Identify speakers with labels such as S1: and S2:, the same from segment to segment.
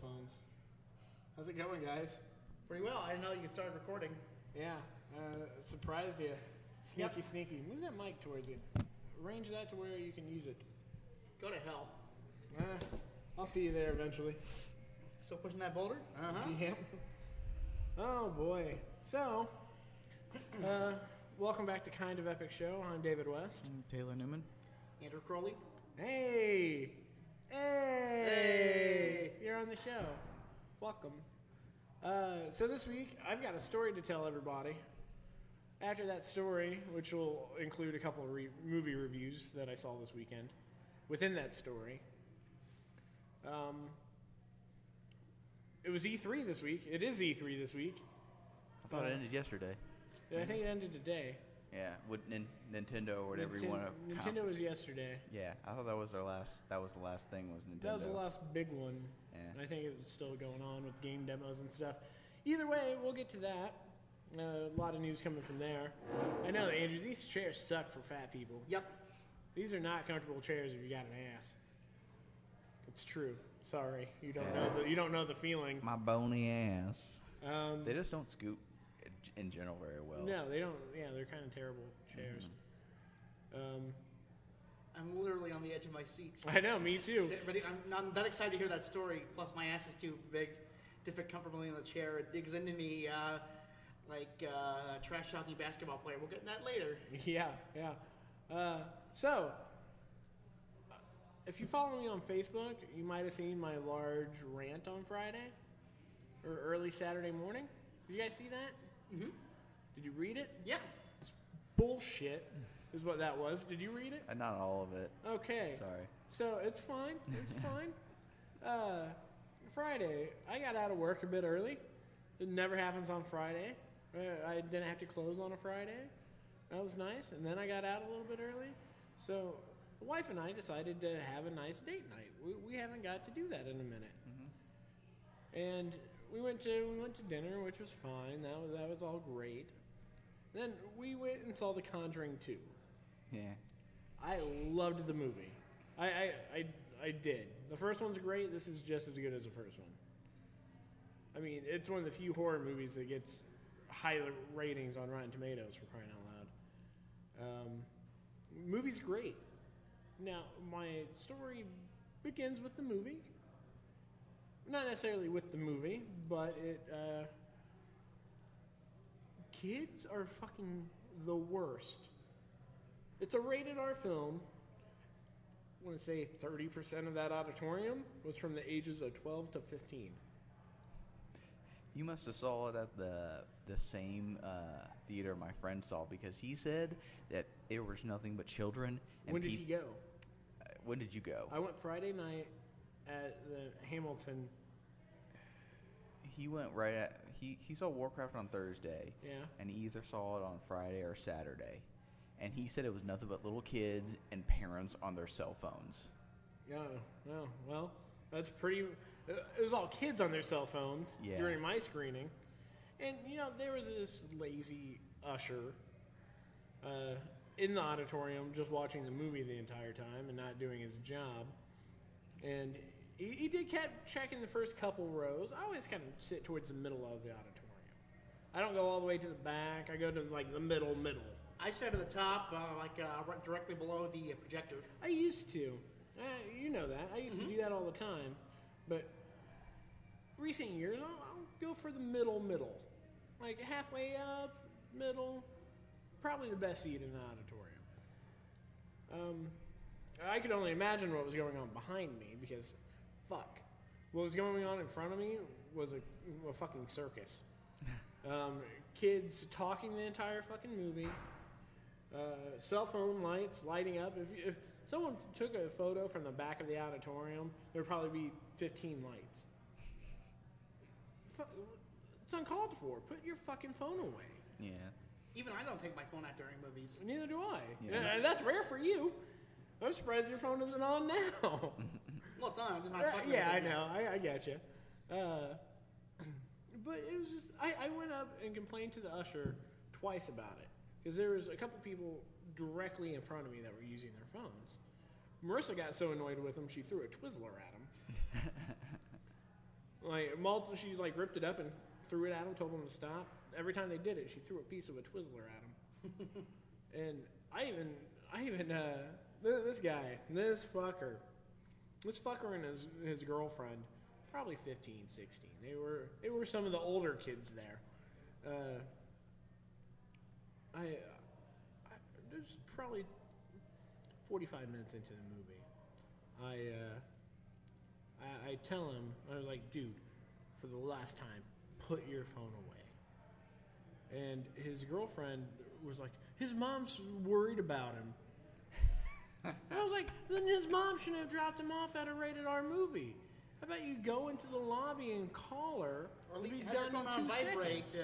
S1: phones. How's it going, guys?
S2: Pretty well. I didn't know you could start recording.
S1: Yeah, uh, surprised you. Sneaky, sneaky. Move that mic towards you. Arrange that to where you can use it.
S2: Go to hell.
S1: Uh, I'll see you there eventually.
S2: Still pushing that boulder? Uh
S1: Yeah. Oh boy. So, uh, welcome back to Kind of Epic Show. I'm David West.
S3: Taylor Newman.
S2: Andrew Crowley.
S1: Hey! Hey!
S2: Hey!
S1: You're on the show. Welcome. Uh, so this week, I've got a story to tell everybody. After that story, which will include a couple of re- movie reviews that I saw this weekend, within that story, um, it was E3 this week. It is E3 this week.
S3: I thought
S1: Oh.
S3: it ended yesterday.
S1: I think it ended today.
S3: Yeah, with nin- Nintendo or whatever
S1: Ninten-
S3: you want to.
S1: Nintendo was yesterday.
S3: yeah, I thought that was their last. That was the last thing was Nintendo.
S1: That was the last big one.
S3: Yeah.
S1: And I think it was still going on with game demos and stuff. Either way, we'll get to that. Uh, a lot of news coming from there. I know, Andrew, these chairs suck for fat people.
S2: Yep.
S1: These are not comfortable chairs if you got an ass. It's true. Sorry, you don't know the you don't know the feeling.
S3: My bony ass.
S1: Um,
S3: They just don't scoop i- in general very well.
S1: no, they don't. Yeah, they're kind of terrible chairs.
S3: Mm-hmm.
S1: Um,
S2: I'm literally on the edge of my seat.
S1: I know, me too.
S2: But I'm not that excited to hear that story. Plus, my ass is too big to fit comfortably in the chair. It digs into me uh, like uh, trash talking basketball player. We'll get in that later.
S1: Yeah, yeah. Uh, so, uh, if you follow me on Facebook, you might have seen my large rant on Friday or early Saturday morning. Did you guys see that?
S2: Mm-hmm.
S1: Did you read it?
S2: Yeah.
S1: Bullshit is what that was. Did you read it?
S3: Uh, Not all of it.
S1: Okay.
S3: Sorry.
S1: So it's fine. It's fine. Uh, Friday, I got out of work a bit early. It never happens on Friday. Uh, I didn't have to close on a Friday. That was nice. And then I got out a little bit early. So the wife and I decided to have a nice date night. We, we haven't got to do that in a minute. And we went to we went to dinner, which was fine. That was, that was all great. Then we went and saw The Conjuring 2.
S3: Yeah.
S1: I loved the movie. I, I, I, I did. The first one's great. This is just as good as the first one. I mean, it's one of the few horror movies that gets high ratings on Rotten Tomatoes for crying out loud. Um, movie's great. Now, my story begins with the movie. Not necessarily with the movie, but it. Uh, kids are fucking the worst. It's a rated R film. I want to say 30% of that auditorium was from the ages of 12 to 15.
S3: You must have saw it at the the same uh, theater my friend saw because he said that there was nothing but children. And
S1: when did
S3: peop-
S1: he go?
S3: uh, When did you go?
S1: I went Friday night at the Hamilton.
S3: he went right at he, he saw Warcraft on Thursday.
S1: Yeah.
S3: and he either saw it on Friday or Saturday. And he said it was nothing but little kids and parents on their cell phones.
S1: No, no. Well, that's pretty. uh, It was all kids on their cell phones
S3: Yeah.
S1: during my screening, and you know there was this lazy usher uh, in the auditorium just watching the movie the entire time and not doing his job. And he, he did kept checking the first couple rows. I always kind of sit towards the middle of the auditorium. I don't go all the way to the back. I go to like the middle, middle.
S2: I sat at the top, uh, like uh, right- directly below the projector.
S1: I used to. Uh, you know that. I used to do that all the time. But recent years, I'll, I'll go for the middle, middle. Like halfway up, middle. Probably the best seat in the auditorium. Um, I could only imagine what was going on behind me because, fuck, what was going on in front of me was a, a fucking circus. um, kids talking the entire fucking movie. Uh, cell phone lights lighting up. If, you- if someone took a photo from the back of the auditorium, there'd probably be 15 lights. Fu- It's uncalled for. Put your fucking phone away.
S3: Yeah.
S2: Even I don't take my phone out during movies.
S1: Neither do I.
S3: Yeah.
S1: And- and that's rare for you. I'm surprised your phone isn't on now.
S2: Well, it's on. I'm just not
S1: Uh,
S2: talking
S1: yeah,
S2: about
S1: I
S2: it yet.
S1: know. I, I got you. Uh, but it was just I, I went up and complained to the usher twice about it because there was a couple people directly in front of me that were using their phones. Marissa got so annoyed with them she threw a Twizzler at him. Like multiple, she like ripped it up and threw it at him. Told him to stop. Every time they did it, she threw a piece of a Twizzler at him. and I even, I even, uh, th- this guy, this fucker, this fucker and his his girlfriend, probably 15, 16. They were they were some of the older kids there. Uh, I, I there's probably 45 minutes into the movie. I, uh, I I tell him I was like, dude, for the last time, put your phone away. And his girlfriend was like, his mom's worried about him. I was like, then his mom shouldn't have dropped him off at a rated R movie. How about you go into the lobby and call her?
S2: Or
S1: It'll
S2: leave
S1: be
S2: have your
S1: done
S2: phone
S1: in
S2: on
S1: two
S2: vibrate.
S1: seconds.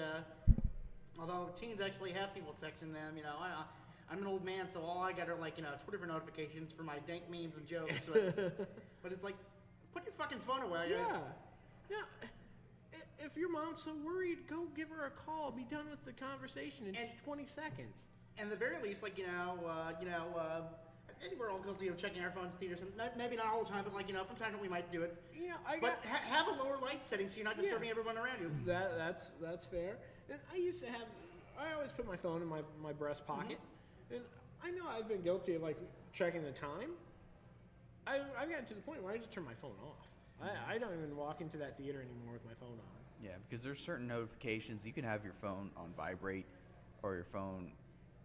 S2: Uh, although teens actually have people texting them, you know. I, I'm an old man, so all I get are like you know Twitter notifications for my dank memes and jokes. But, but it's like, put your fucking phone away.
S1: Yeah. Yeah. I- If your mom's so worried, go give her a call. Be done with the conversation in
S2: And-
S1: just 20 seconds.
S2: And the very least, like you know, uh, you know, uh, I think we're all guilty of checking our phones in theaters. Not- Maybe not all the time, but like you know, from time to time we might do it.
S1: Yeah, I
S2: But
S1: got
S2: ha- have a lower light setting so you're not
S1: Yeah.
S2: disturbing everyone around you.
S1: that. That's that's fair. And I used to have. I always put my phone in my my breast pocket, and I know I've been guilty of like checking the time. I, I've gotten to the point where I just turn my phone off. I, I don't even walk into that theater anymore with my phone on.
S3: Yeah, because there's certain notifications you can have your phone on vibrate or your phone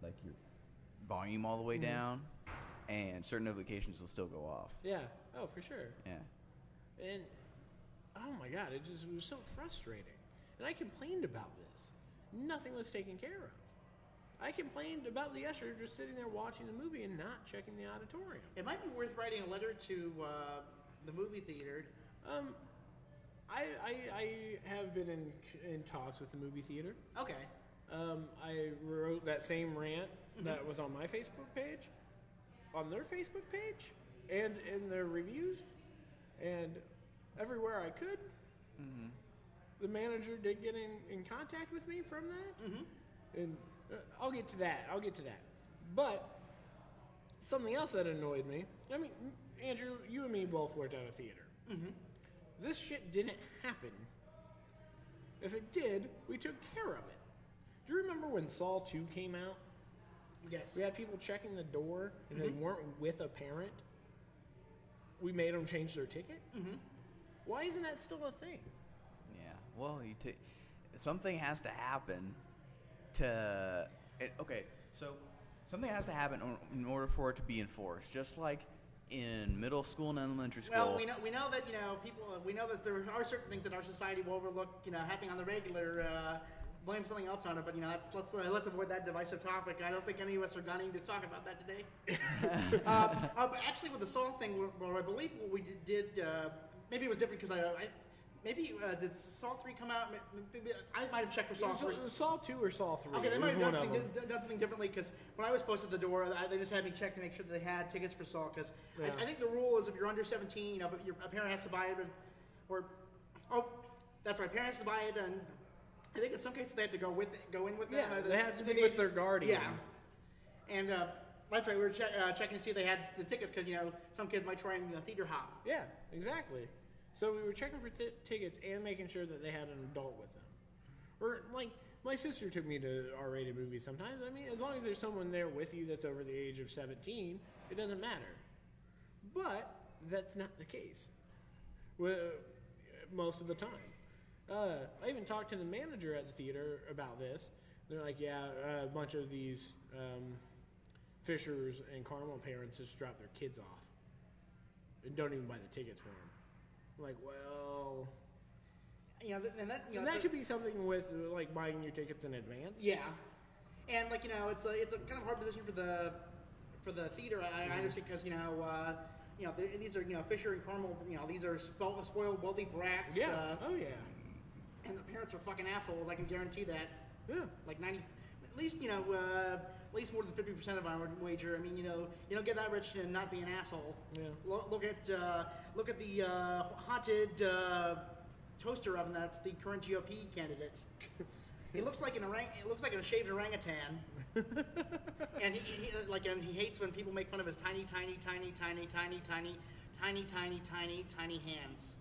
S3: like your volume all the way down, and certain notifications will still go off.
S1: Yeah. Oh, for sure.
S3: Yeah,
S1: And oh my god, it just was so frustrating. And I complained about this. Nothing was taken care of. I complained about the usher just sitting there watching the movie and not checking the auditorium.
S2: It might be worth writing a letter to uh, the movie theater.
S1: Um, I, I, I have been in, in talks with the movie theater.
S2: Okay.
S1: Um, I wrote that same rant that was on my Facebook page, on their Facebook page, and in their reviews, and everywhere I could. The manager did get in, in contact with me from that, and uh, I'll get to that. I'll get to that. But something else that annoyed me. I mean, Andrew, you and me both worked at a theater. This shit didn't happen if it did, we took care of it. Do you remember when Saw 2 came out?
S2: Yes.
S1: We had people checking the door and
S2: Mm-hmm.
S1: they weren't with a parent. We made them change their ticket. Mm-hmm. Why isn't that still a thing?
S3: yeah. Well, you take something has to happen to it, okay. So something has to happen or- in order for it to be enforced. Just like in middle school and elementary school.
S2: Well, we know we know that you know people. We know that there are certain things that our society will overlook. You know, happening on the regular. Uh, blame something else on it. But you know, let's let's, uh, let's avoid that divisive topic. I don't think any of us are gunning to talk about that today. uh, uh, but actually, with the Saul thing, where, where I believe what we did, did uh, maybe it was different because I. I Maybe uh, did Saul three come out? Maybe, I might have checked for Saul
S1: It was-
S2: three.
S1: it was Saw 2 or Saw 3?
S2: Okay, they
S1: It
S2: might
S1: was
S2: have done
S1: one
S2: something,
S1: of them.
S2: di- done something differently because when I was posted at the door, I, they just had me check to make sure that they had tickets for Saw. Because
S1: Yeah.
S2: I, I think the rule is if you're under 17, you know, but your a parent has to buy it, or, or oh, that's right, parent has to buy it, and I think in some cases they have to go with it, go in with them.
S1: Yeah,
S2: uh,
S1: they have to be with their guardian.
S2: Yeah, and uh, that's right. We were check, uh, checking to see if they had the tickets because you know some kids might try and you know, theater hop.
S1: Yeah, exactly. So we were checking for th- tickets and making sure that they had an adult with them. Or, like, my sister took me to R rated movies sometimes. I mean, as long as there's someone there with you that's over the age of 17, it doesn't matter. But that's not the case well, most of the time. Uh, I even talked to the manager at the theater about this. They're like, yeah, uh, a bunch of these um, Fishers and Carmel parents just drop their kids off and don't even buy the tickets for them. I'm like, well,
S2: You know, th- and that you know
S1: and
S2: it's
S1: that
S2: a-
S1: could be something with like buying your tickets in advance.
S2: Yeah, and like you know, it's a it's a kind of hard position for the for the theater. I, I understand because you know. Uh, you know, th- these are you know Fisher and Carmel. You know, these are spo- spoiled, wealthy brats.
S1: Yeah.
S2: Uh,
S1: oh yeah.
S2: and the parents are fucking assholes. I can guarantee that.
S1: Yeah.
S2: Like ninety, at least you know, uh, at least more than fifty percent of our wager. I mean, you know, you don't get that rich and not be an asshole.
S1: Yeah.
S2: Lo- look at uh, look at the uh, haunted uh, toaster oven. That's the current GOP candidate. he looks like an orang. It looks like a shaved orangutan. and he, he like and he hates when people make fun of his tiny, tiny, tiny, tiny, tiny, tiny, tiny, tiny, tiny, tiny hands.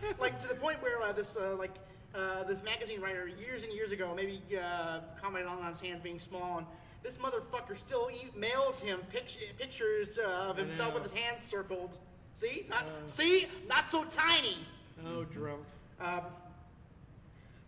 S2: like to the point where uh, this uh, like uh, this magazine writer years and years ago maybe uh, commented on his hands being small, and this motherfucker still e- mails him pict- pictures uh, of
S1: I
S2: himself
S1: know.
S2: with his hands circled. See, not
S1: Uh.
S2: see, not so tiny.
S1: Oh, Drumpf.
S2: Um,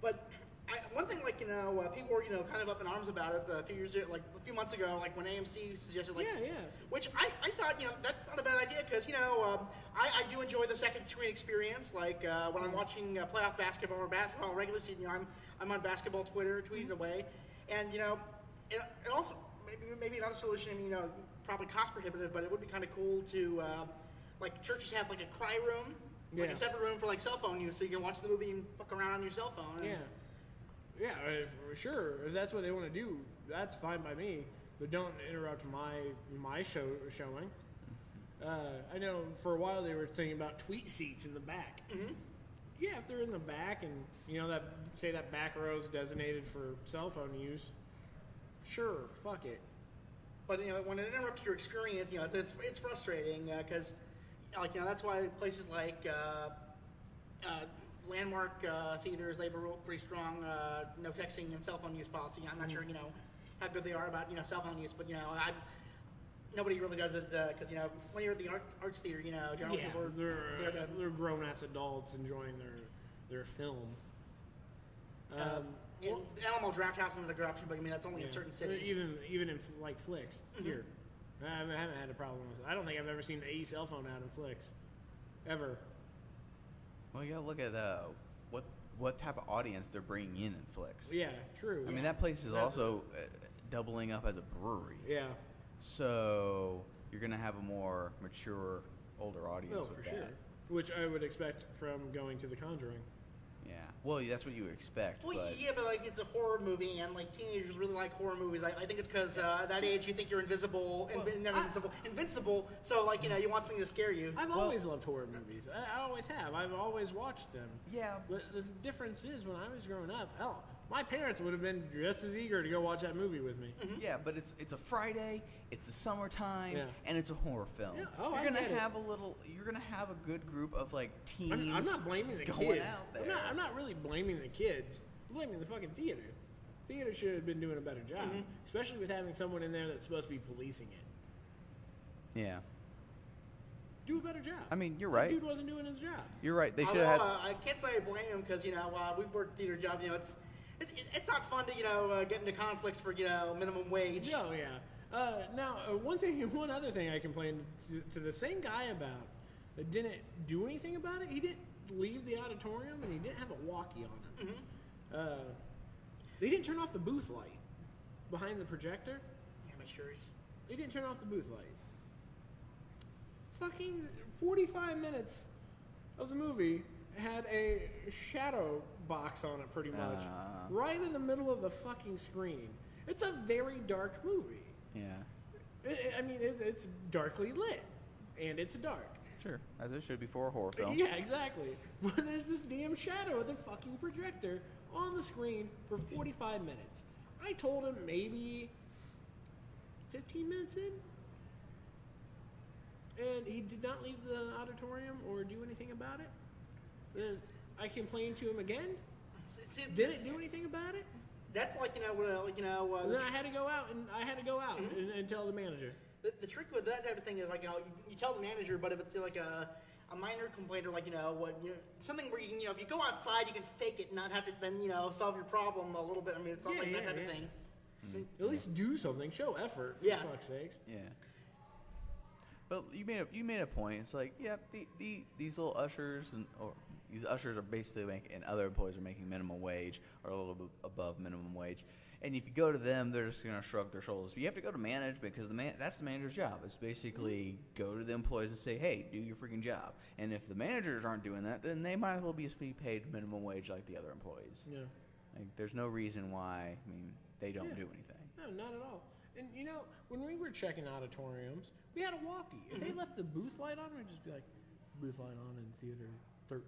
S2: but I, one thing, like you know, uh, people were you know kind of up in arms about it uh, a few years, like a few months ago, like when AMC suggested, like,
S1: yeah, yeah.
S2: which I, I thought you know that's not a bad idea because you know um, I, I do enjoy the second screen experience. Like uh, when I'm watching uh, playoff basketball or basketball regular season, you know, I'm I'm on basketball Twitter, tweeting
S1: Mm-hmm.
S2: away, and you know, it, it also maybe maybe another solution. You know, probably cost prohibitive, but it would be kind of cool to uh, like churches have like a cry room. Like
S1: Yeah.
S2: a separate room for like cell phone use, so you can watch the movie and fuck around on your cell phone.
S1: Yeah. Yeah, if, for sure. If that's what they want to do, that's fine by me. But don't interrupt my my show showing. Uh, I know for a while they were thinking about tweet seats in the back.
S2: Mhm.
S1: Yeah, if they're in the back and you know that say that back row's designated for cell phone use, sure, fuck it.
S2: But you know, when it interrupts your experience, you know, it's it's, it's frustrating because, like you know, that's why places like uh, uh, landmark uh, theaters they have a real pretty strong uh, no texting and cell phone use policy. I'm not sure
S1: Mm-hmm.
S2: you know how good they are about you know cell phone use, but you know, I nobody really does it because you know when you're at the art, arts theater, you know, generally
S1: Yeah,
S2: people are,
S1: they're
S2: they're
S1: they're,
S2: the-
S1: grown ass adults enjoying their their film. Um,
S2: um, you know, Alamo Draft House is another good option, but I mean that's only
S1: Yeah.
S2: in certain
S1: But
S2: cities.
S1: Even even in like flicks here, I haven't, I haven't had a problem with. it. I don't think I've ever seen a cell phone out in flicks, ever.
S3: Well, you gotta look at uh, what what type of audience they're bringing in in Flicks.
S1: Yeah, true.
S3: I mean, that place is
S1: That-
S3: also uh, doubling up as a brewery.
S1: Yeah,
S3: So you're gonna have a more mature, older audience.
S2: Oh,
S1: no,
S3: with
S1: Oh, for
S3: that.
S1: sure. Which I would expect from going to The Conjuring.
S3: Yeah. Well, that's what you expect.
S2: Well,
S3: but
S2: yeah, but like it's a horror movie, and like teenagers really like horror movies. I, I think it's because uh, at that age you think you're invisible,
S3: Well,
S2: invi- not
S1: I-
S2: invincible, invincible. So like you know you want something to scare you.
S1: I've
S3: Well-
S1: always loved horror movies. I, I always have. I've always watched them.
S3: Yeah.
S1: But the difference is when I was growing up, hell, my parents would have been just as eager to go watch that movie with me.
S3: Yeah, but it's it's a Friday, it's the summertime,
S1: Hmm? Yeah.
S3: and it's a horror film.
S1: Yeah, oh,
S3: you're
S1: I
S3: gonna
S1: get it.
S3: have a little. You're gonna have a good group of like teens.
S1: I'm, I'm not blaming the
S3: going
S1: kids.
S3: out
S1: I'm,
S3: there.
S1: not, I'm not really blaming the kids. I'm blaming the fucking theater. Theater should have been doing a better job,
S3: Mm-hmm.
S1: especially with having someone in there that's supposed to be policing it.
S3: Yeah,
S1: Do a better job.
S3: I mean, you're
S1: That
S3: right.
S1: dude wasn't doing his job.
S3: you're right. They should
S2: Although,
S3: have.
S2: Uh, I can't say I blame him because you know uh, we work theater jobs. You know it's it's, it's not fun to you know uh, get into conflicts for you know minimum wage.
S1: No, yeah. Uh, now, uh, one thing, one other thing I complained to, to the same guy about that didn't do anything about it. He didn't leave the auditorium, and he didn't have a walkie on him.
S3: Mm-hmm.
S1: Uh, they didn't turn off the booth light behind the projector.
S2: Amateurs.
S1: They didn't turn off the booth light. Fucking 45 minutes of the movie had a shadow box on it, pretty much.
S3: Ah.
S1: right in the middle of the fucking screen. It's a very dark movie.
S3: yeah,
S1: I- I- I mean, it, it's darkly lit, and it's dark.
S3: sure, as it should be for a horror film.
S1: Yeah, exactly. But there's this damn shadow of the fucking projector on the screen for 45 minutes. I told him maybe 15 minutes in, and he did not leave the auditorium or do anything about it. Then I complained to him again.
S2: See,
S1: Didn't do anything about it.
S2: that's like you know what uh, like you know uh,
S1: And then I had to go out, and I had to go out and, and tell the manager.
S2: The, the trick with that type of thing is like you, know, you, you tell the manager, but if it's like a, a minor complaint or like you know what you something where you can you know if you go outside you can fake it and not have to then you know solve your problem a little bit. I mean it's not
S1: Yeah,
S2: like that
S1: yeah,
S2: type
S1: yeah.
S2: of thing.
S1: At least do something. Show effort. For
S2: Yeah.
S1: fuck's sakes.
S3: Yeah. But you made a, you made a point. It's like, yeah, the, the, these little ushers and or these ushers are basically making, and other employees are making minimum wage or a little bit above minimum wage. And if you go to them, they're just gonna shrug their shoulders. But you have to go to management because the man that's the manager's job. It's basically go to the employees and say, hey, do your freaking job. And if the managers aren't doing that, then they might as well be just be paid minimum wage like the other employees.
S1: Yeah.
S3: Like, there's no reason why. I mean, they don't
S1: Yeah.
S3: do anything.
S1: No, not at all. And you know, when we were checking auditoriums, we had a walkie. If they left the booth light on, we'd just be like, booth light on in theater 13.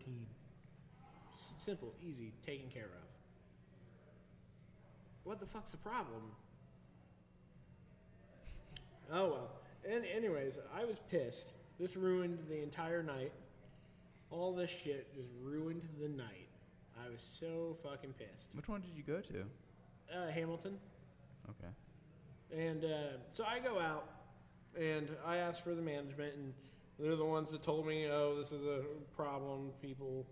S1: S- simple, easy, taken care of. What the fuck's the problem? Oh well. And anyways, I was pissed. This ruined the entire night. All this shit just ruined the night. I was so fucking pissed.
S3: Which one did you go to?
S1: Uh, Hamilton.
S3: Okay.
S1: And uh, so I go out and I ask for the management, and they're the ones that told me, oh, this is a problem. People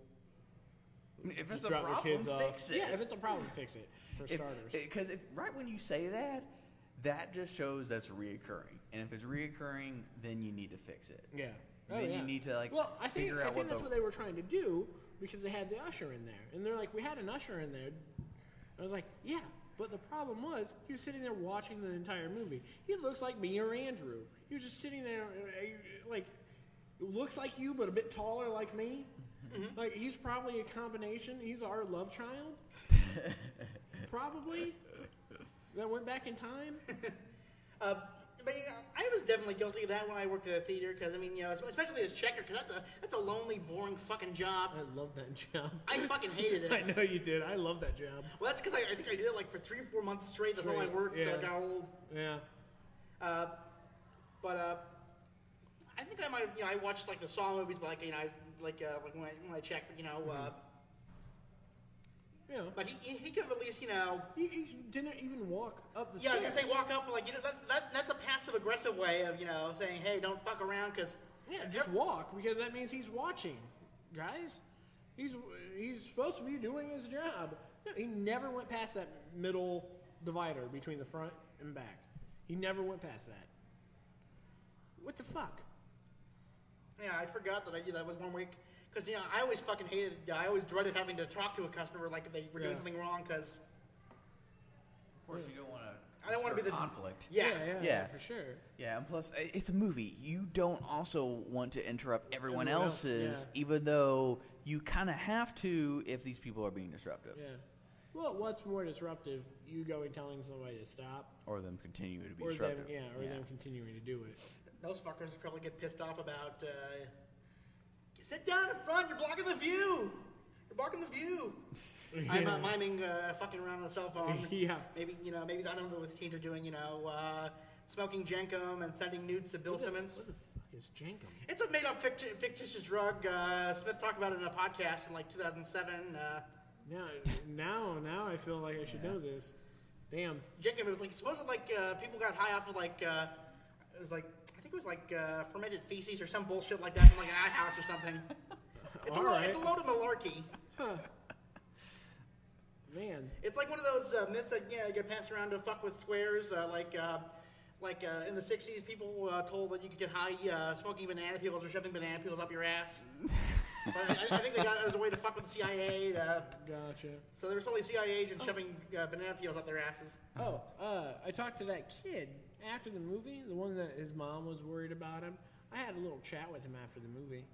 S3: If
S1: just
S3: it's a
S1: drop their
S3: problem,
S1: kids off.
S3: fix it.
S1: Yeah, if it's a problem, fix it, for starters.
S3: Because if, right when you say that, that just shows that's reoccurring. And if it's reoccurring, then you need to fix it.
S1: yeah.
S3: then you need to, like,
S1: well, I think,
S3: figure
S1: I
S3: out
S1: think
S3: what
S1: that's
S3: the-
S1: what they were trying to do because they had the usher in there. And they're like, we had an usher in there. I was like, yeah, but the problem was he was sitting there watching the entire movie. He looks like me or Andrew. He was just sitting there, uh, uh, like, looks like you but a bit taller, like me.
S3: Mm-hmm.
S1: Like he's probably a combination. He's our love child, probably. That went back in time.
S2: Uh, but you know, I was definitely guilty of that when I worked at a theater because I mean, you know, especially as checker, because that's a that's a lonely, boring fucking job.
S1: I love that job.
S2: I fucking hated it.
S1: I know you did. I love that job.
S2: Well, that's because I, I think I did it like for three or four months straight. That's all I
S1: Straight,
S2: worked, so
S1: yeah.
S2: I got old.
S1: Yeah.
S2: Uh, but uh, I think I might, have, you know, I watched like the Saw movies, but like you know, I was, like uh, like when I, when I checked, you know, uh,
S1: You know,
S2: but he he- he could release, you know.
S1: he, he didn't even walk up the
S2: Yeah, I was
S1: stairs.
S2: gonna say walk up, like you know, that, that that's a passive aggressive way of you know saying, hey, don't fuck around, because
S1: Yeah, just walk because that means he's watching, guys. He's he's supposed to be doing his job. No, he never went past that middle divider between the front and back. He never went past that. What the fuck?
S2: Yeah, I forgot that I did that was one week. Because, you know, I always fucking hated, I always dreaded having to talk to a customer, like, if they were doing
S1: Yeah.
S2: something wrong, because,
S3: Of course, you don't want to.
S2: I don't wanna be the-
S3: conflict.
S2: yeah.
S1: yeah, yeah,
S3: Yeah.
S1: for sure.
S3: Yeah, and plus, i- it's a movie. You don't also want to interrupt everyone,
S1: Everyone else,
S3: else's,
S1: yeah.
S3: even though you kind of have to if these people are being disruptive,
S1: Yeah. Well, what's more disruptive? You going telling somebody to stop,
S3: or them continue to be
S1: or them,
S3: disruptive.
S1: yeah, or them continuing to do it.
S2: Those fuckers would probably get pissed off about, uh, sit down in front, you're blocking the view! You're blocking the view! I'm uh, miming, uh, fucking around on the cell phone.
S1: Yeah.
S2: Maybe, you know, maybe I don't know what the teens are doing, you know, uh, smoking Jenkum and sending nudes to Bill Simmons.
S1: What the fuck is Jankum?
S2: It's a made up ficti- fictitious drug. Uh, Smith talked about it in a podcast in like 2007. Uh,
S1: Now, now, now I feel like I should know this. Damn.
S2: Jacob, it was like supposedly like uh, people got high off of like uh, it was like I think it was like uh, fermented feces or some bullshit like that from like an outhouse or something. It's, a,
S1: All
S2: lo-
S1: right.
S2: it's a load of malarkey.
S1: Man.
S2: It's like one of those uh, myths that yeah get passed around to fuck with squares. Uh, like uh, like uh, in the '60s, people uh, told that you could get high uh, smoking banana peels or shoving banana peels up your ass. so I, I think they got it as a way to fuck with the CIA. Uh,
S1: Gotcha.
S2: so there was probably CIA agents shoving uh, banana peels up their asses.
S1: Oh, uh, I talked to that kid after the movie, the one that his mom was worried about him. I had a little chat with him after the movie.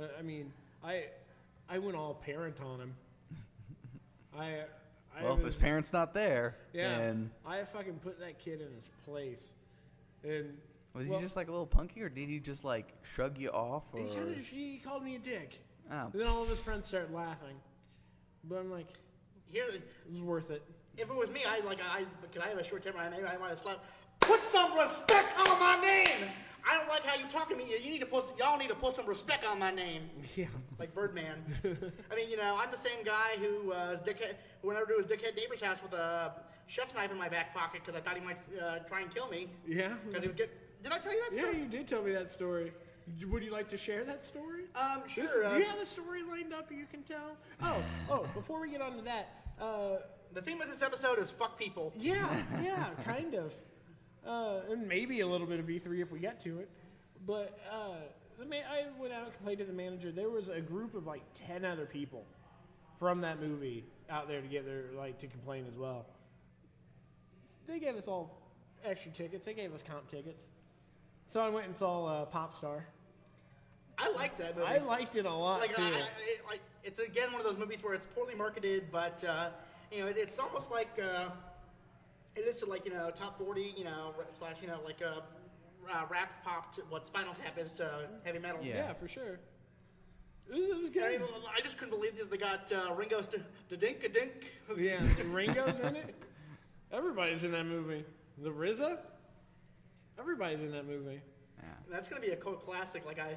S1: Uh, I mean, I I went all parent on him. I, I
S3: Well, if
S1: was-
S3: his parents not there,
S1: yeah,
S3: then
S1: I fucking put that kid in his place, and
S3: was
S1: well,
S3: he just like a little punky, or did he just like shrug you off? Or
S1: He kind of he called me a dick.
S3: Oh.
S1: And then all of his friends started laughing, but I'm like,
S2: Here,
S1: it was worth it.
S2: If it was me, I like I could I have a short temper. I maybe I might have slapped. Put some respect on my name. I don't like how you talking to me. You need to put y'all need to put some respect on my name.
S1: Yeah.
S2: Like Birdman. I mean, you know, I'm the same guy who uh, is dickhead, who went over to his dickhead neighbor's house with a chef's knife in my back pocket because I thought he might uh, try and kill me
S1: Yeah.
S2: because he was get. Did I tell you that
S1: Yeah,
S2: story?
S1: you did tell me that story. D- Would you like to share that story?
S2: Um,
S1: This-
S2: sure. uh,
S1: do you have a story lined up you can tell? Oh, oh, before we get on to that, uh,
S2: the theme of this episode is fuck people.
S1: yeah, yeah, kind of. Uh, and maybe a little bit of E3 if we get to it. But uh, the ma- I went out and complained to the manager. There was a group of like 10 other people from that movie out there to get their, like, to complain as well. They gave us all extra tickets, they gave us comp tickets. So I went and saw uh, Popstar.
S2: I like that movie.
S1: I liked it a lot
S2: like,
S1: too.
S2: I, I, it, like it's again one of those movies where it's poorly marketed, but uh, you know it, it's almost like uh, it is like you know top forty, you know rap slash you know like uh, uh, rap pop to what Spinal Tap is to heavy metal.
S1: yeah.
S3: Yeah.
S1: for sure. It was, it was
S2: I, mean,
S1: good.
S2: I just couldn't believe that they got uh, Ringo St- Dink a Dink.
S1: Yeah, Ringo's in it. Everybody's in that movie. The RZA. Everybody's in that movie.
S3: Yeah.
S2: That's gonna be a cult classic. Like I,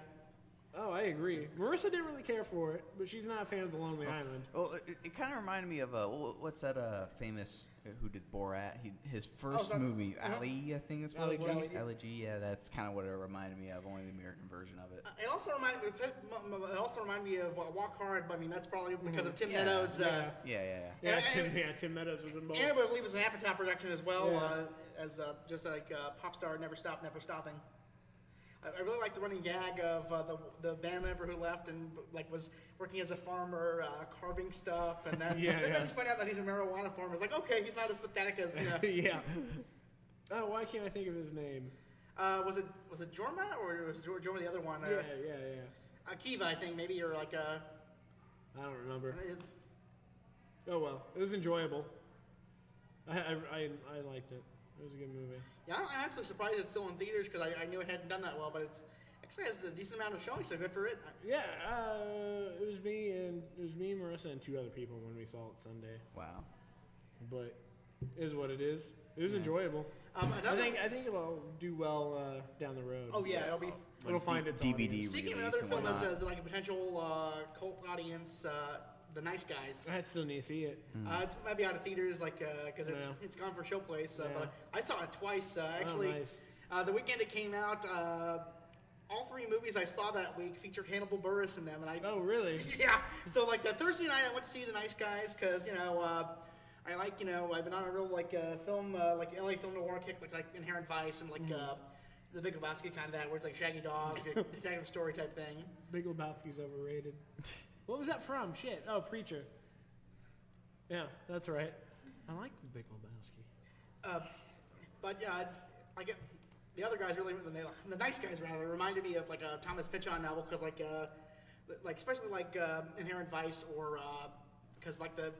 S1: Oh, I agree. Marissa didn't really care for it, but she's not a fan of The Lonely Island.
S3: Well, it, it kind of reminded me of uh, wh- what's that uh, famous uh, who did Borat? He, his first
S2: that-
S3: movie,
S2: uh-huh.
S3: Ali, I think it's
S1: Oh, Ali
S3: what it
S2: G.
S3: was.
S2: Ali G.
S3: Ali G. Yeah, that's kind of what it reminded me of. Only the American version of it.
S2: Uh, It also reminded me. It also reminded me of uh, Walk Hard, but I mean that's probably because of Tim
S3: Yeah.
S2: Meadows. Uh,
S1: Mm-hmm. Yeah.
S3: Yeah, yeah, yeah.
S1: Yeah,
S2: and-
S1: Tim, yeah, Tim Meadows was involved.
S2: And I believe it's an Apatow production as well,
S1: Yeah.
S2: uh, as uh, just like uh, pop star Never Stop, Never Stopping. I, I really like the running gag of uh, the the band member who left and like was working as a farmer, uh, carving stuff, and then
S1: Yeah,
S2: and then
S1: yeah.
S2: you find out that he's a marijuana farmer. It's like okay, he's not as pathetic as you know.
S1: yeah. Oh, why can't I think of his name?
S2: uh, was it was it Jorma or was Jor- Jorma the other one? Uh,
S1: Yeah, yeah, yeah.
S2: Akiva, I think maybe or like uh,
S1: I don't remember.
S2: it's,
S1: Oh well, it was enjoyable. I I, I, I liked it. It was a good movie.
S2: yeah. I'm actually surprised it's still in theaters because I, I knew it hadn't done that well, but it's actually has a decent amount of showing, so good for it.
S1: Yeah, uh, it was me and it was me, Marissa, and two other people when we saw it Sunday.
S3: Wow.
S1: But it is what it is. It was
S3: Yeah.
S1: enjoyable.
S2: Um,
S1: I
S2: another
S1: think I think it'll do well uh, down the road.
S2: Oh yeah, it'll be.
S1: it'll find its
S3: DVD
S1: audience.
S2: Speaking of
S3: release
S2: another
S3: and
S2: film that
S3: whatnot.
S2: does like a potential uh, cult audience, uh, The Nice Guys.
S1: I still need to see it.
S2: Uh, it might be out of theaters, like because it's
S1: Yeah.
S2: it's gone for showplace. Uh,
S1: Yeah. Oh,
S2: But I saw it twice uh, actually.
S1: nice.
S2: uh, the weekend it came out, uh, all three movies I saw that week featured Hannibal Burris in them, and I
S1: Oh really?
S2: yeah. So like the Thursday night, I went to see the Nice Guys because you know uh, I like you know I've been on a real like uh, film uh, like LA film noir kick like like Inherent Vice and like uh, the Big Lebowski kind of that where it's like Shaggy Dog detective story type thing.
S1: Big Lebowski's overrated. what was that from? Shit. Oh, Preacher. Yeah, that's right. I like the Big Lebowski.
S2: Uh, but yeah, I- like it, the other guys really the, the Nice Guys rather reminded me of like a Thomas Pynchon novel because like uh, like especially like uh, Inherent Vice or because like the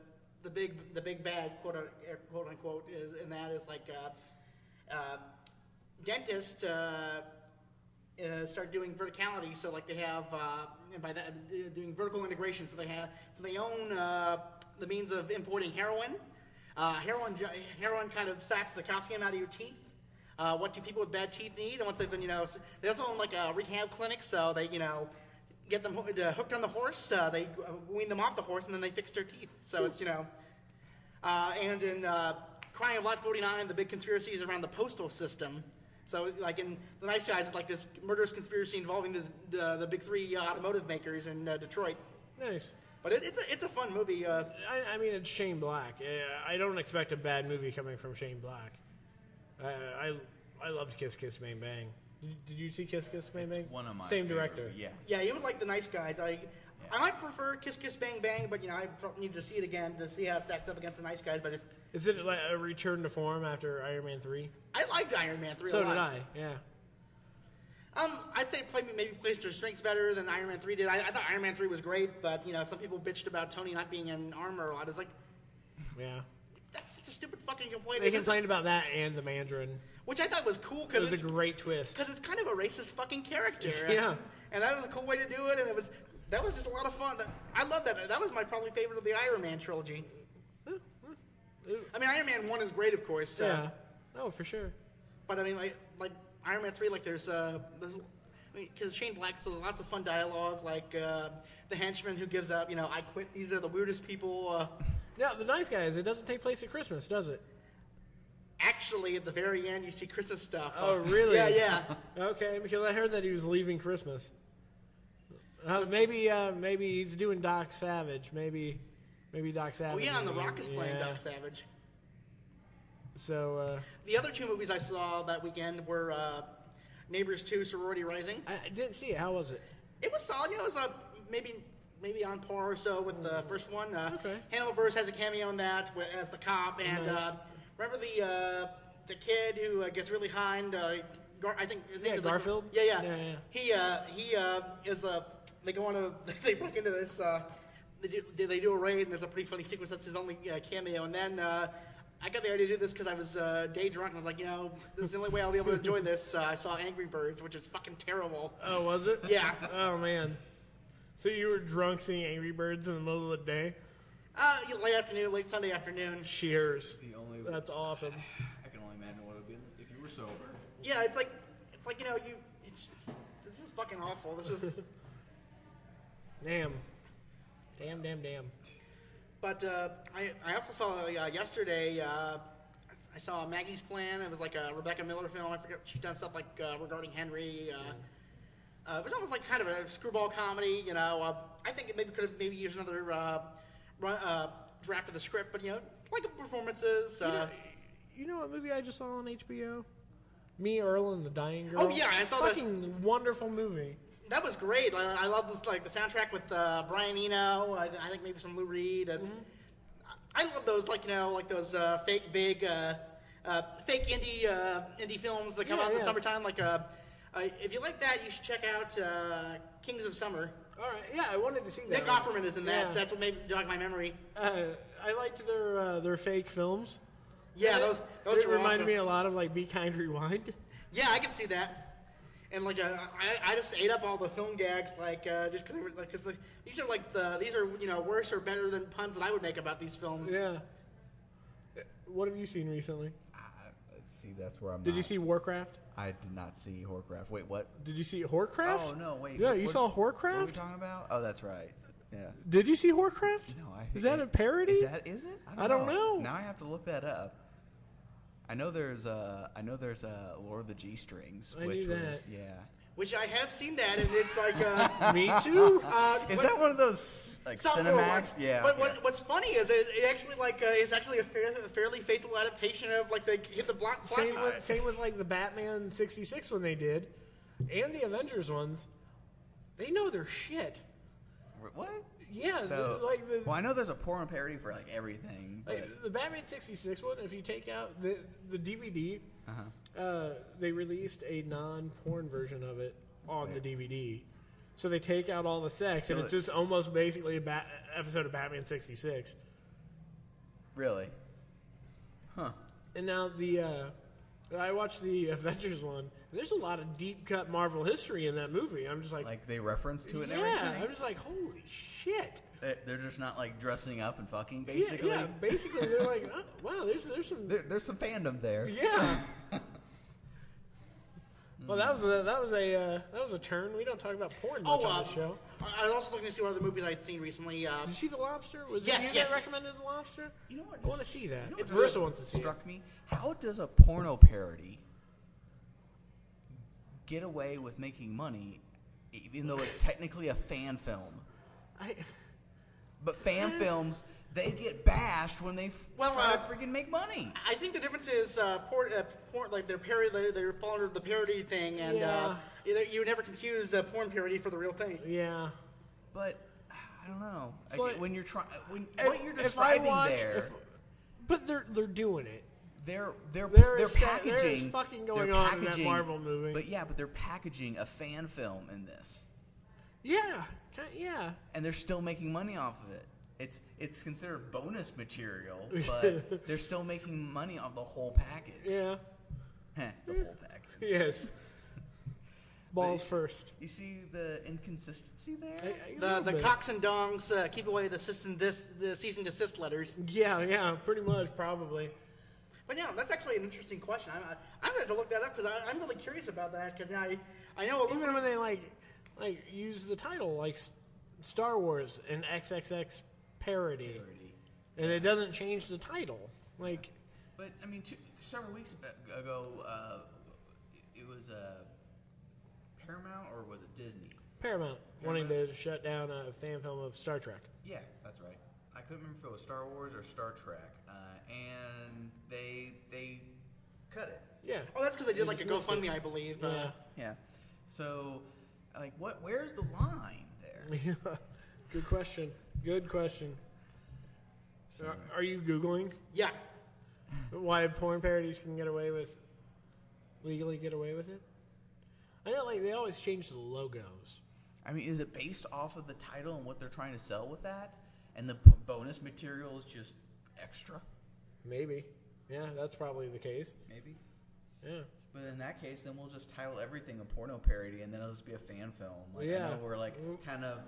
S2: the big the big bad quote un- air- quote unquote is and that is like uh, uh, dentist. Uh, uh, start doing verticality. So like they have, uh, and by that uh, doing vertical integration. So they have, so they own uh, the means of importing heroin. Uh, heroin, ju- heroin kind of saps the calcium out of your teeth. Uh, what do people with bad teeth need? And once they've been, you know, s- they also own like a rehab clinic. So they, you know. Get them ho- uh, hooked on the horse. Uh, they uh, wean them off the horse, and then they fix their teeth. So it's you know, uh, and in uh, Crying of Lot 49, the big conspiracy is around the postal system. So, like in The Nice Guys, it's like this murderous conspiracy involving the the, the big three uh, automotive makers in uh, Detroit.
S1: Nice.
S2: But it, it's a it's a fun movie. Uh,
S1: I, I mean, it's Shane Black. Eh, I don't expect a bad movie coming from Shane Black. Uh, I I loved Kiss Kiss Bang Bang. Did, did you see Kiss Kiss Bang
S3: It's
S1: Bang?
S3: one of my
S1: same
S3: favorite-
S1: director.
S3: Yeah.
S2: yeah, you would like The Nice Guys. I I might prefer Kiss Kiss Bang Bang, but you know I pro- need to see it again to see how it stacks up against The Nice Guys. But if
S1: Is it like a return to form after Iron Man three?
S2: I liked Iron Man three.
S1: So
S2: a lot.
S1: did I. Yeah.
S2: Um, I'd say play, maybe plays their strengths better than Iron Man 3 did. I, I thought Iron Man 3 was great, but, you know, some people bitched about Tony not being in armor a lot. It's like,
S1: Yeah.
S2: that's such a stupid fucking complaint.
S1: They
S2: It is-
S1: complained about that and the Mandarin.
S2: which I thought was
S1: It
S2: cool
S1: was
S2: because
S1: a
S2: it's,
S1: great twist.
S2: 'cause it's kind of a racist fucking character.
S1: Yeah.
S2: And that was a cool way to do it, and it was that was just a lot of fun. That, I love that. That was my probably favorite of the Iron Man trilogy. I mean, Iron Man 1 is great, of course. uh,
S1: Yeah. Oh, for sure.
S2: But I mean, like, like Iron Man three, like there's uh, there's, I mean, because Shane Black, so there's lots of fun dialogue, like uh, the henchman who gives up, you know, I quit. These are the weirdest people. Uh,
S1: Now the nice guys. It doesn't take place at Christmas, does it?
S2: actually, at the very end, you see Christmas stuff.
S1: Oh,
S2: Uh,
S1: really?
S2: Yeah, yeah.
S1: Okay, because I heard that he was leaving Christmas. Uh, maybe, uh, maybe he's doing Doc Savage. Maybe, maybe Doc Savage.
S2: Oh yeah, and the
S1: is doing-
S2: Rock is playing
S1: yeah.
S2: Doc Savage.
S1: So uh,
S2: The other two movies I saw that weekend were uh, Neighbors Two, Sorority Rising.
S1: I I didn't see it. How was it?
S2: It was solid. You know, it was uh, maybe maybe on par or so with the first one. Uh,
S1: Okay.
S2: Hannibal Buress has a cameo in that wi- as the cop, and
S1: Nice.
S2: uh, remember the uh, the kid who uh, gets really high and uh, Gar- I think his name
S1: Yeah,
S2: is like-
S1: Garfield?
S2: yeah, yeah,
S1: Yeah, yeah.
S2: He uh, he uh, is Uh, they go on a they break into this. Uh, they do, they do a raid and there's a pretty funny sequence. That's his only uh, cameo, and then. Uh, I got the idea to do this because I was uh, day drunk and I was like, you know, this is the only way I'll be able to enjoy this. Uh, I saw Angry Birds, which is fucking terrible.
S1: Oh, was it?
S2: Yeah.
S1: Oh man. So you were drunk seeing Angry Birds in the middle of the day?
S2: Uh, yeah, late afternoon, late Sunday afternoon.
S1: Cheers.
S3: The only
S1: That's awesome.
S3: I can only imagine what it would be if you were sober.
S2: Yeah, it's like, it's like you know, you, it's, this is fucking awful. This is,
S1: Damn. Damn, damn, damn.
S2: But uh, I, I also saw uh, yesterday. Uh, I saw Maggie's Plan. It was like a Rebecca Miller film. I forget she's done stuff like uh, regarding Henry. Uh, uh, it was almost like kind of a screwball comedy. You know, uh, I think it maybe could have maybe used another uh, run, uh, draft of the script, but you know, like the performances. Uh,
S1: You know, you know what movie I just saw on HBO? Me, Earl, and the Dying Girl.
S2: Oh, yeah, I saw that.
S1: Fucking wonderful movie.
S2: That was great. Like, I love this, like the soundtrack with uh, Brian Eno. I, I think maybe some Lou Reed. It's,
S1: Mm-hmm.
S2: I I love those like you know like those uh, fake big uh, uh, fake indie uh, indie films that come
S1: Yeah,
S2: out in
S1: yeah.
S2: the summertime. Like uh, uh, if you like that, you should check out uh, Kings of Summer.
S1: All right, yeah, I wanted to see that.
S2: Nick Offerman is in that.
S1: Yeah.
S2: That's what made jog my memory.
S1: uh, I liked their uh, their fake films.
S2: Yeah,
S1: They-
S2: those those
S1: they
S2: were
S1: remind
S2: awesome.
S1: me a lot of like Be Kind Rewind.
S2: Yeah, I can see that. And like uh, I, I just ate up all the film gags, like uh, just because they were like, cause, like, these are like the these are you know worse or better than puns that I would make about these films.
S1: Yeah. What have you seen recently?
S3: Ah, let's see, that's where I'm.
S1: Did you
S3: not-
S1: see Warcraft?
S3: I did not see Horcraft. Wait, what?
S1: Did you see Horcraft?
S3: Oh no, wait.
S1: Yeah,
S3: what-
S1: you
S3: what-
S1: saw
S3: What are we
S1: Horcraft.
S3: talking about? Oh, that's right. Yeah.
S1: Did you see Horcraft?
S3: No, I.
S1: is that
S3: I-
S1: a parody?
S3: Is that is it?
S1: I don't know.
S3: Now I have to look that up. I know there's uh I know there's uh Lord of the G Strings,
S1: I
S3: which
S1: knew
S3: was
S1: that.
S3: yeah.
S2: Which I have seen that, and it's like uh,
S1: Me too.
S2: uh,
S3: Is
S2: what-
S3: that one of those like
S2: some-
S3: Cinemax?
S2: what-
S3: Yeah.
S2: What, what, what's funny is it, it actually like uh, it's actually a, fair, a fairly faithful adaptation of like they hit the block. block
S1: same, with, same with like the Batman '66 when they did, and the Avengers ones. They know their shit.
S3: What?
S1: Yeah, the-
S3: So,
S1: like the
S3: well, I know there's a porn parody for like everything, but
S1: Like, the Batman '66 one, if you take out the the DVD, uh
S3: Uh-huh.
S1: they released a non-porn version of it on the DVD. So they take out all the sex,
S3: So
S1: and it's
S3: it-
S1: just almost basically a bat- episode of Batman '66.
S3: really, huh?
S1: And now the uh, I watched the Avengers one. and there's a lot of deep cut Marvel history in that movie. I'm just like,
S3: Like they reference to it and
S1: yeah. I'm
S3: everything.
S1: just like, holy shit.
S3: They- They're just not like dressing up and fucking
S1: Yeah,
S3: basically.
S1: yeah. Basically, they're like, oh, wow. There's there's some
S3: There, there's some fandom there.
S1: Yeah. well, that was a, that was a uh, that was a turn. We don't talk about porn much
S2: Oh,
S1: on
S2: uh,
S1: the show.
S2: I I was also looking to see one of the movies I'd seen recently. Uh,
S1: Did you see the lobster? Was
S2: Yes,
S1: it you
S2: yes.
S1: that recommended the lobster?
S3: You know what?
S1: I want to see that.
S3: You know
S1: it's
S3: what really
S1: Marissa wants to see. it.
S3: Struck me. How does a porno parody get away with making money, even though it's technically a fan film?
S1: I,
S3: But
S1: Eh.
S3: fan films, they get bashed when they f-
S2: Well,
S3: try
S2: uh,
S3: to freaking make money.
S2: I think the difference is uh, porn, uh, porn, like they're parody, they- they're falling under the parody thing, and uh,
S1: Yeah.
S2: either you never confuse uh, porn parody for the real thing.
S1: yeah.
S3: But I don't know.
S1: It's
S3: Like,
S1: like-
S3: when you're trying, when
S1: If-
S3: what you're
S1: if I
S3: describing
S1: watch-
S3: there,
S1: if- but they're they're doing it.
S3: they're they're
S1: There
S3: they're
S1: is sa- there
S3: packaging.
S1: is fucking
S3: they're
S1: going on in that
S3: packaging-
S1: Marvel movie.
S3: But yeah, but they're packaging a fan film in this.
S1: Yeah. Ki- Yeah.
S3: and they're still making money off of it. It's it's considered bonus material, but they're still making money off the whole package.
S1: Yeah.
S3: Heh, the whole package.
S1: Yes. Balls
S3: They-
S1: first.
S3: You see the inconsistency there?
S1: I- I- a
S2: The,
S1: little
S2: the
S1: bit.
S2: cocks and dongs uh, keep away the, cease and dis- the cease and desist letters.
S1: Yeah. Yeah. Pretty much. Probably.
S2: But yeah, that's actually an interesting question. I'm, I'm going to have to look that up because I'm really curious about that because I, I know a little
S1: even when they like like use the title like S- Star Wars and XXX parody,
S3: Already.
S1: and it doesn't change the title. Like
S3: But I mean, two, several weeks ab- ago, uh, it was uh, Paramount or was it Disney?
S1: Paramount wanting to shut down a fan film of Star Trek.
S3: Yeah, that's right. I couldn't remember if it was Star Wars or Star Trek, uh, and they they cut it.
S1: Yeah.
S2: Oh, that's because they did
S1: You
S2: like a
S1: dismissed
S2: GoFundMe,
S1: it.
S2: I believe. Uh,
S1: Yeah.
S3: Yeah. So, like, what? Where's the line there?
S1: Good question. Good question. Are, are you googling
S2: yeah.
S1: why porn parodies can get away with legally get away with it? I know, like they always change the logos.
S3: I mean, is it based off of the title and what they're trying to sell with that? And the p- bonus material is just extra,
S1: Maybe. Yeah, that's probably the case.
S3: maybe.
S1: Yeah.
S3: But in that case, then we'll just title everything a porno parody, and then it'll just be a fan film. Like, I
S1: Yeah. Mm-hmm.
S3: know we're like kind of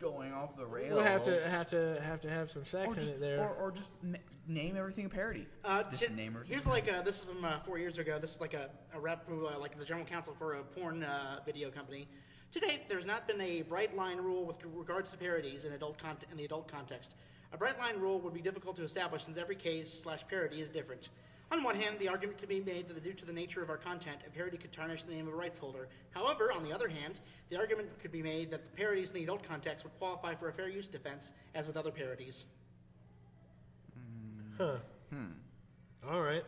S3: going off the rails.
S1: We'll have to have to have to have some
S3: or
S1: sex in
S3: just,
S1: it there.
S3: Or, or just n- name everything a parody.
S2: Uh,
S3: just
S2: shit,
S3: name everything.
S2: here's like uh this is from uh, four years ago. This is like a, a rep who uh, like the general counsel for a porn uh, video company. To date, there's not been a bright line rule with regards to parodies in adult content in the adult context. A bright line rule would be difficult to establish since every case slash parody is different. On one hand, the argument could be made that due to the nature of our content, a parody could tarnish the name of a rights holder. However, on the other hand, the argument could be made that the parodies in the adult context would qualify for a fair use defense, as with other parodies.
S1: Huh. All right.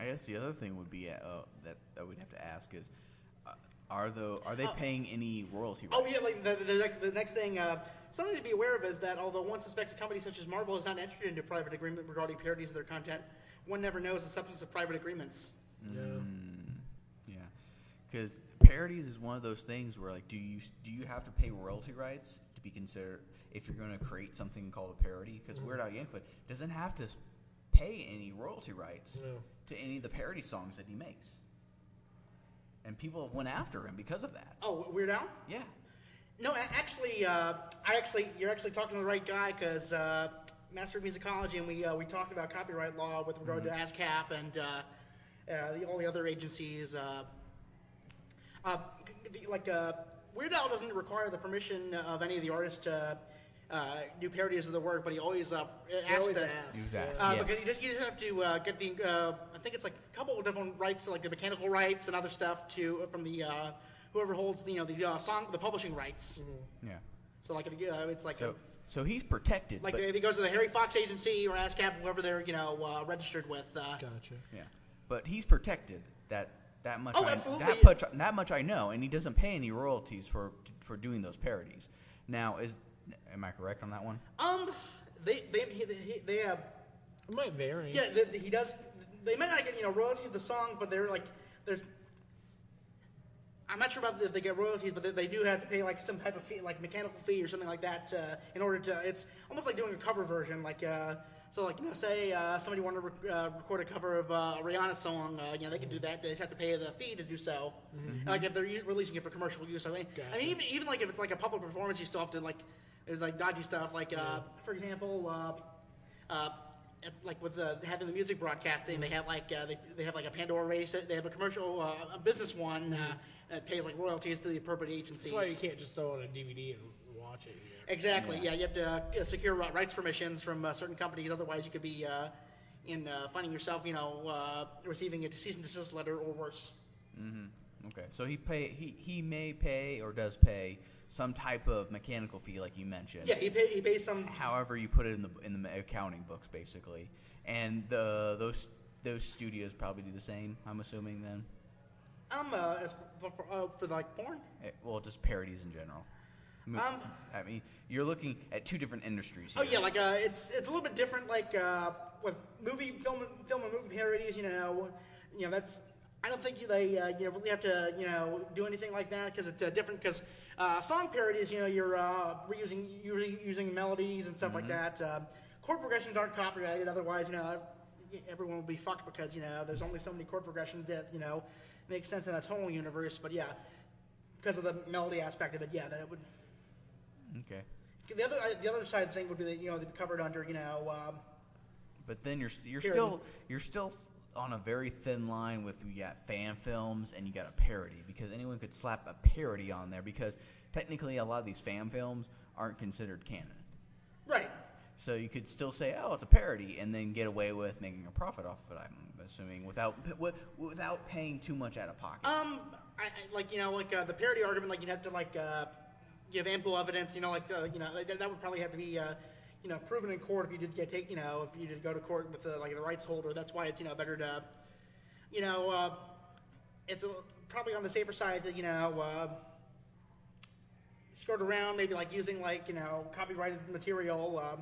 S3: I guess the other thing would be uh, uh, that that we'd have to ask is, uh, are though are they
S2: Oh.
S3: paying any royalty rights?
S2: Oh yeah, like the, the, next, the next thing, uh, something to be aware of is that although one suspects a company such as Marvel has not entered into a private agreement regarding parodies of their content, one never knows the substance of private agreements.
S3: Mm.
S1: Yeah.
S3: yeah, because parodies is one of those things where like, do you do you have to pay royalty rights to be considered if you're going to create something called a parody?
S2: Mm-hmm.
S3: Because Weird Al Yankovic doesn't have to s- pay any royalty rights
S1: No.
S3: to any of the parody songs that he makes, and people went after him because of that.
S2: Oh, Weird Al?
S3: Yeah,
S2: No, a- actually, uh, I actually, you're actually talking to the right guy because uh, Master of Musicology, and we uh, we talked about copyright law with regard to ASCAP and uh, uh, the, all the other agencies. Uh, uh, c- c- like uh, Weird Al doesn't require the permission of any of the artists to uh, do parodies of the work, but he always uh,
S1: They
S2: asks
S1: always
S2: them.
S1: ask.
S3: He was
S1: yeah.
S3: asked.
S2: Uh,
S3: Yes.
S2: Because you just you just have to uh, get the uh, I think it's like a couple of different rights, like the mechanical rights and other stuff to from the uh, whoever holds the, you know the uh, song the publishing rights.
S3: yeah.
S2: So like it, uh, it's like
S3: So so he's protected.
S2: like
S3: but,
S2: if he goes to the Harry Fox agency or ASCAP, whoever they're you know uh, registered with. Uh,
S1: Gotcha.
S3: Yeah, but he's protected. That that much.
S2: Oh,
S3: I,
S2: absolutely.
S3: That much, that much I know, and he doesn't pay any royalties for for doing those parodies. Now, is am I correct on that one?
S2: um, they they he, he, they uh,
S1: It might vary.
S2: yeah the, the- he does. They might not get you know royalties of the song, but they're like they're. I'm not sure about if they get royalties, but they, they do have to pay like some type of fee, like mechanical fee or something like that, uh, in order to. It's almost like doing a cover version, like. Uh, so like you know, say uh, somebody wanted to rec- uh, record a cover of uh, a Rihanna song, uh, you know they can do that. They just have to pay the fee to do so. Like if they're u- releasing it for commercial use, I mean, I
S1: Gotcha.
S2: mean even even like if it's like a public performance, you still have to like there's like dodgy stuff. Like uh, for example, uh, uh, if, like with the, having the music broadcasting, they have like uh, they, they have like a Pandora race. They have a commercial, uh, a business one uh, that pays like royalties to the appropriate agencies.
S1: That's why you can't just throw on a DVD and watch it. You know?
S2: Exactly.
S3: Yeah.
S2: Yeah. you have to uh, secure ri- rights permissions from uh, certain companies. Otherwise, you could be uh, in uh, finding yourself, you know, uh, receiving a cease and desist letter or worse.
S3: Okay, so he pay he he may pay or does pay some type of mechanical fee, like you mentioned.
S2: Yeah, he, pay, he pays some.
S3: However, you put it in the in the accounting books, basically, and the those those studios probably do the same. I'm assuming then.
S2: Um, uh, as for, for, uh, for like porn.
S3: Eh, Well, just parodies in general. I mean,
S2: Um,
S3: I mean, you're looking at two different industries.
S2: Oh
S3: Here.
S2: yeah, like uh, it's it's a little bit different. Like uh, with movie film film and movie parodies, you know, you know that's I don't think you- they uh, you know really have to you know do anything like that because it's uh, different. Because uh, song parodies, you know, you're uh, reusing using using melodies and stuff like that. Uh, chord progressions aren't copyrighted, otherwise, you know, everyone will be fucked because you know there's only so many chord progressions that you know make sense in a tonal universe. But yeah, because of the melody aspect of it, yeah, that would
S3: Okay.
S2: the other uh, the other side of the thing would be that you know they'd be covered under you know um,
S3: But then you're st- you're
S2: Parody.
S3: still you're still on a very thin line with you got fan films and you got a parody because anyone could slap a parody on there because technically a lot of these fan films aren't considered canon.
S2: right.
S3: So you could still say, "Oh, it's a parody," and then get away with making a profit off of it. I'm assuming without wi- without paying too much out of pocket.
S2: Um, I, I like you know like uh, the parody argument like you'd have to like uh, give ample evidence you know like uh, you know that, that would probably have to be uh, you know proven in court if you did get take you know if you did go to court with the, like the rights holder. That's why it's you know better to you know uh, it's a, probably on the safer side to you know. Uh, skirt around maybe like using like you know copyrighted material um,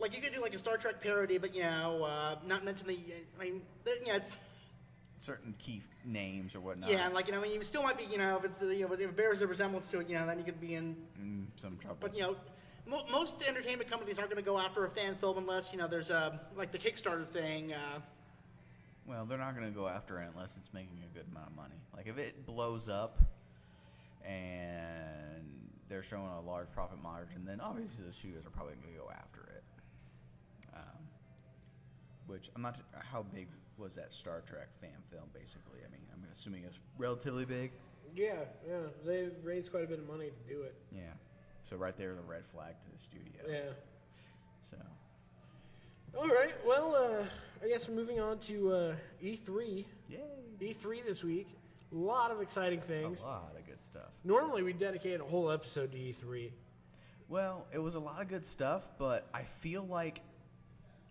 S2: like you could do like a star trek parody but you know uh, not mention the i mean there, yeah it's
S3: Certain key f- names or whatnot.
S2: yeah, and like you know, I mean, you still might be, you know, if it's, uh, you know, if it bears a resemblance to it, you know, then you could be in.
S3: Mm, some trouble.
S2: But you know, mo- most entertainment companies aren't going to go after a fan film unless you know there's a like the Kickstarter thing. Uh,
S3: Well, they're not going to go after it unless it's making a good amount of money. Like if it blows up and they're showing a large profit margin, then obviously the studios are probably going to go after it. Um,
S4: which I'm not. How big was that Star Trek fan film? Basically, I mean, I'm assuming it's relatively big.
S1: Yeah, yeah. They raised quite a bit of money to do it.
S4: Yeah. So right there, the red flag to the studio.
S1: Yeah.
S4: So
S1: All right. Well, uh, I guess moving on to uh, E3.
S4: yay,
S1: E3 E this week. A lot of exciting things.
S4: a lot of good stuff.
S1: Normally, we dedicate a whole episode to E E3.
S3: Well, it was a lot of good stuff, but I feel like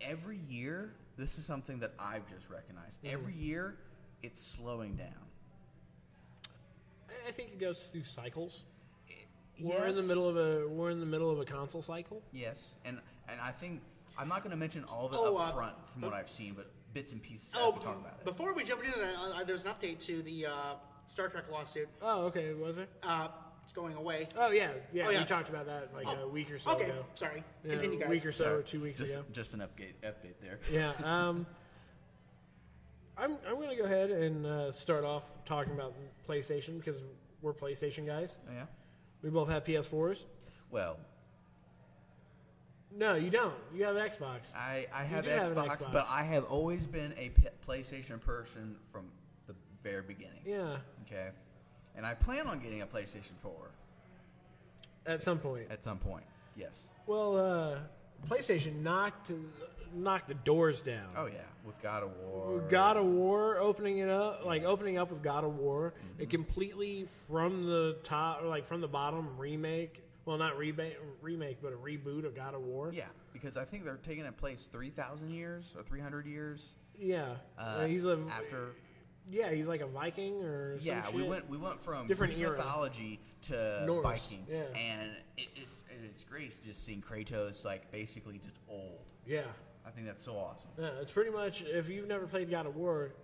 S3: every year, this is something that I've just recognized.
S1: Mm-hmm.
S3: Every year, it's slowing down.
S1: I- I think it goes through cycles.
S3: We're
S1: We're in the middle of a we're in the middle of a console cycle.
S3: Yes, and and I think I'm not going to mention all of it
S2: Oh,
S3: up
S2: uh,
S3: front from what I've seen, but bits and pieces
S2: Oh,
S3: as we talk about it.
S2: before we jump into that, uh, uh, there's an update to the uh, Star Trek lawsuit.
S1: Oh, okay. Was there?
S2: Uh, it's going away.
S1: Oh yeah, yeah.
S2: Oh, yeah.
S1: We talked about that like
S2: Oh,
S1: a week or so
S2: okay,
S1: ago.
S2: sorry.
S1: Yeah,
S2: Continue, guys.
S1: A week or so,
S3: Sorry,
S1: or two weeks
S3: just,
S1: ago.
S3: Just an update update there.
S1: Yeah. Um, I'm I'm gonna go ahead and uh, start off talking about PlayStation because we're PlayStation guys.
S3: Oh, Yeah.
S1: We both have PS4s.
S3: Well,
S1: No, you don't. You have Xbox.
S3: I, I have,
S1: do have an
S3: Xbox,
S1: Xbox.
S3: but I have always been a P- PlayStation person from the very beginning.
S1: Yeah.
S3: Okay. And I plan on getting a PlayStation 4
S1: At some point.
S3: at some point. Yes.
S1: Well, uh, PlayStation knocked knocked the doors down.
S3: Oh yeah, with God of War.
S1: God of War opening it up, like opening up with God of War, a
S3: Mm-hmm.
S1: completely from the top, or like from the bottom remake. Well, not remake, remake, but a reboot of God of War.
S3: Yeah, because I think they're taking it place 3,000 years or 300 years
S1: yeah.
S3: uh,
S1: he's a
S3: after
S1: yeah, he's like a Viking or some
S3: Yeah, we
S1: shit.
S3: went we went from
S1: Different
S3: Greek
S1: era.
S3: mythology to
S1: Norse,
S3: Viking,
S1: yeah.
S3: and it, it's and it's great just seeing Kratos like basically just old.
S1: Yeah,
S3: I think that's so awesome.
S1: yeah. It's pretty much if you've never played God of War,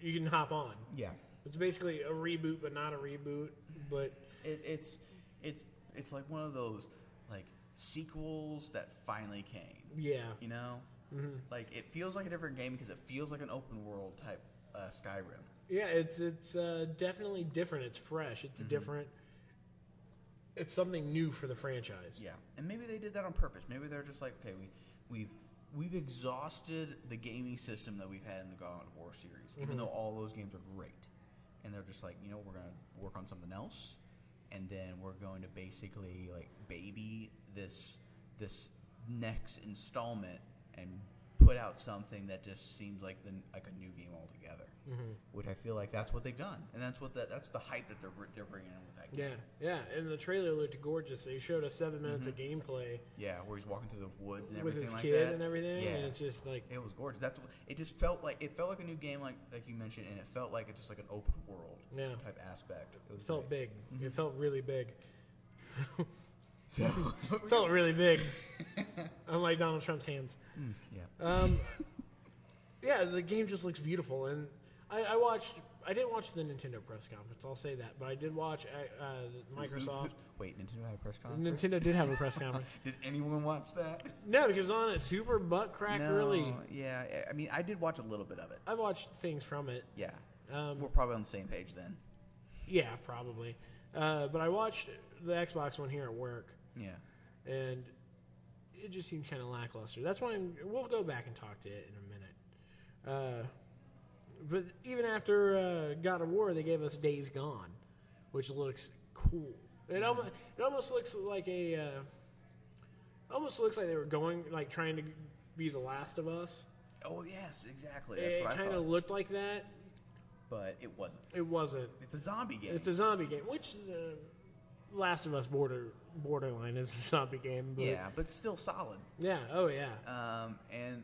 S1: you can hop on.
S3: Yeah,
S1: It's basically a reboot, but not a reboot. But
S3: it, it's it's it's like one of those like sequels that finally came.
S1: yeah,
S3: You know, like it feels like a different game because it feels like an open world type uh, Skyrim.
S1: Yeah, it's it's uh, definitely different. It's fresh. It's
S3: Mm-hmm.
S1: different. It's something new for the franchise.
S3: Yeah, and maybe they did that on purpose. Maybe they're just like, okay, we we've we've exhausted the gaming system that we've had in the God of War series, even though all those games are great. And they're just like, you know, we're gonna work on something else, and then we're going to basically like baby this this next installment and put out something that just seems like the like a new game altogether. Which I feel like that's what they've done, and that's what that that's the hype that they're they're bringing in with that game.
S1: Yeah, yeah. And the trailer looked gorgeous. They showed us seven minutes of gameplay
S3: Yeah, where he's walking through the woods Mm-hmm. and
S1: with
S3: everything
S1: his
S3: like
S1: kid
S3: that.
S1: and everything,
S3: Yeah,
S1: and it's just like
S3: it was gorgeous. That's what- it. Just felt like it felt like a new game, like like you mentioned, and it felt like it's just like an open world
S1: Yeah.
S3: type aspect. It was
S1: it felt
S3: great.
S1: big. It felt really big.
S3: So
S1: felt really big. Unlike Donald Trump's hands.
S3: yeah,
S1: Um, yeah, the game just looks beautiful, and I, I watched. I didn't watch the Nintendo press conference. I'll say that, but I did watch uh, uh,
S3: Mm-hmm.
S1: Microsoft.
S3: Wait, Nintendo had a press conference.
S1: Nintendo did have a press conference.
S3: Did anyone watch that?
S1: No, because on it, super butt crack early.
S3: Yeah, I- I mean, I did watch a little bit of it.
S1: I watched things from it.
S3: Yeah,
S1: Um,
S3: we're probably on the same page then.
S1: yeah, probably. Uh, but I watched the Xbox one here at work,
S3: Yeah,
S1: and it just seemed kind of lackluster. That's why I'm, we'll go back and talk to it in a minute. Uh, but even after uh, God of War, they gave us Days Gone, which looks cool. It almost it almost looks like a uh, almost looks like they were going like trying to be the Last of Us.
S3: Oh yes, exactly. That's
S1: It
S3: what I
S1: kind
S3: thought.
S1: of looked like that.
S3: but it wasn't.
S1: It wasn't.
S3: It's a zombie game.
S1: It's a zombie game, which uh, Last of Us border borderline is a zombie game. But
S3: yeah, but still solid.
S1: Yeah. Oh yeah.
S3: Um, and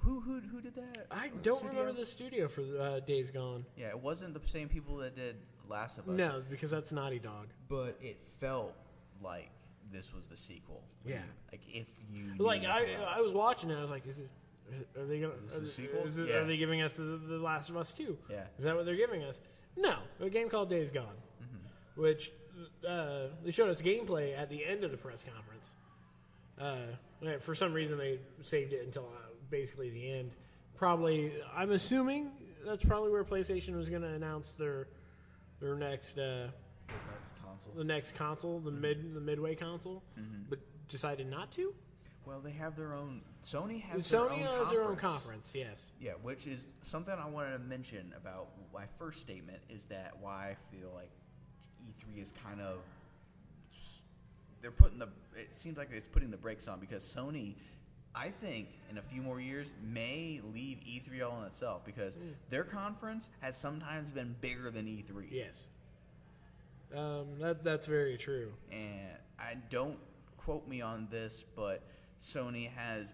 S3: who who who did that?
S1: I
S3: What
S1: don't
S3: studio?
S1: remember the studio for uh, Days Gone.
S3: Yeah, it wasn't the same people that did Last of Us.
S1: No, because that's Naughty Dog.
S3: but it felt like this was the sequel.
S1: Yeah.
S3: like if you knew
S1: Like I,
S3: nothing about
S1: I was watching it. I was like, is it? Are they gonna?
S3: Is
S1: are
S3: this a
S1: they-
S3: sequel?
S1: is it-
S3: Yeah.
S1: Are they giving us the, the Last of Us two?
S3: Yeah.
S1: Is that what they're giving us? No, a game called Days Gone,
S3: Mm-hmm.
S1: which uh, they showed us gameplay at the end of the press conference. Uh, yeah, for some reason, they saved it until uh, basically the end. Probably, I'm assuming that's probably where PlayStation was going to announce their their next uh,
S3: Robert Tonsel. Mm-hmm.
S1: the next console, the mid the midway console, but decided not to.
S5: Well, they have their own. Sony has
S1: Sony
S5: their own
S1: has their own conference. Yes.
S3: Yeah, which is something I wanted to mention about my first statement is that why I feel like E3 is kind of they're putting the it seems like it's putting the brakes on because Sony I think in a few more years may leave E3 all on itself because their conference has sometimes been bigger than E E3.
S1: Yes. Um, that that's very true.
S3: and I don't quote me on this, but Sony has.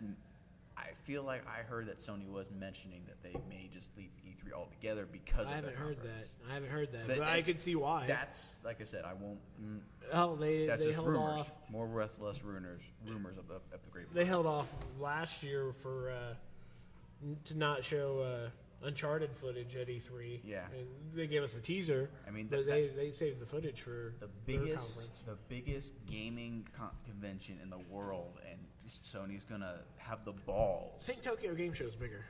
S3: I feel like I heard that Sony was mentioning that they may just leave E3 altogether because
S1: I
S3: of their
S1: haven't heard that.
S3: conference.
S1: I haven't heard that,
S3: That-
S1: but I
S3: it-
S1: could see why.
S3: That's like I said. I won't. Mm,
S1: oh, they
S3: that's
S1: they
S3: just
S1: held
S3: rumors.
S1: off.
S3: More breathless rumors. Rumors of the of the great.
S1: They held off last year for uh, n- to not show uh, Uncharted footage at E3.
S3: Yeah.
S1: and they gave us a teaser.
S3: I mean,
S1: but
S3: that-
S1: they they saved the footage for
S3: the
S1: their
S3: biggest
S1: conference.
S3: the biggest gaming con- convention in the world, and Sony's gonna have the
S1: I
S3: balls
S1: think Tokyo Game Show's bigger,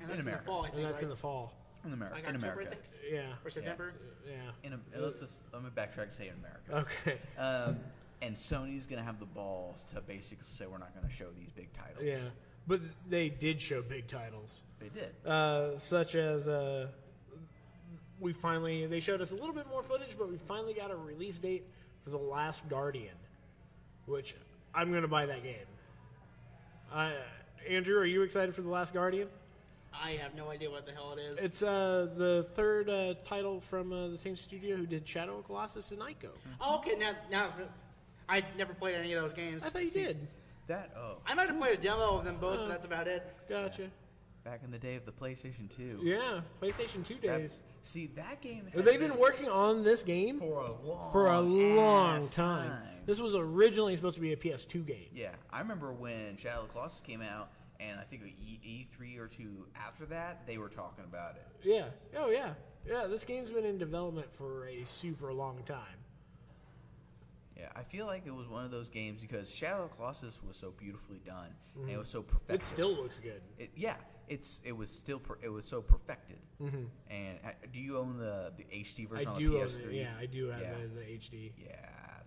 S2: And that's in,
S3: America.
S2: the fall, I
S1: and
S2: think.
S1: that's
S2: right?
S1: in the fall.
S3: in America.
S2: Like
S3: in
S2: October,
S3: America.
S2: I think,
S1: Yeah,
S2: or September.
S1: yeah.
S3: In, Am- let's just let me backtrack and say in America.
S1: Okay.
S3: Um, and Sony's gonna have the balls to basically say we're not gonna show these big titles.
S1: Yeah, but they did show big titles,
S3: they did.
S1: uh, such as uh, we finally they showed us a little bit more footage, but we finally got a release date for the Last Guardian, which I'm going to buy that game. I, Andrew, are you excited for the Last Guardian?
S2: I have no idea what the hell it is.
S1: It's uh, the third uh, title from uh, the same studio who did Shadow of Colossus and Ico.
S3: Mm-hmm.
S2: oh, okay, now now I never played any of those games.
S1: I thought you did.
S3: That oh,
S2: I might have played a demo of them both.
S1: Uh,
S2: but that's about it.
S1: Gotcha.
S3: back in the day of the PlayStation Two.
S1: Yeah, PlayStation Two
S3: That-
S1: days.
S3: see that game. has
S1: They've been working on this game
S3: for a long
S1: for a long
S3: ass
S1: time. This was originally supposed to be a PS2 game.
S3: Yeah, I remember when Shadow of the Colossus came out, and I think E E three or two after that, they were talking about it.
S1: Yeah. Oh yeah. Yeah. This game's been in development for a super long time.
S3: Yeah, I feel like it was one of those games because Shadow of the Colossus was so beautifully done, and
S1: Mm-hmm.
S3: it was so perfect.
S1: It still looks good.
S3: It, yeah, it's it was still per, it was so perfected. Mm-hmm. And uh, do you own the the HD
S1: I
S3: version on
S1: do
S3: the
S1: own
S3: PS3?
S1: it. Yeah, I do have
S3: Yeah.
S1: the, the HD.
S3: Yeah,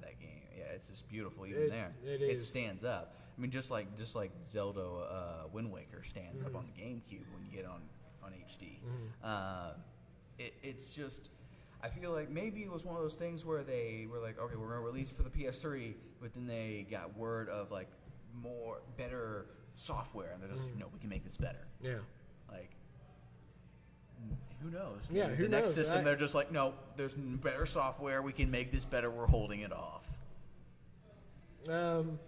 S3: that game. Yeah, it's just beautiful even
S1: It-
S3: there.
S1: it is.
S3: stands up. I mean, just like just like Zelda uh, Wind Waker stands
S1: Mm-hmm.
S3: up on the GameCube when you get on on HD. Uh, it, it's just. I feel like maybe it was one of those things where they were like, okay, we're gonna release for the PS3, but then they got word of like more better software, and they're
S1: Mm-hmm.
S3: just no, we can make this better.
S1: Yeah.
S3: Like, who knows?
S1: Yeah,
S3: Maybe
S1: who
S3: the next
S1: knows,
S3: system,
S1: right?
S3: they're just like, no, there's n- better software. We can make this better. We're holding it off.
S1: Um,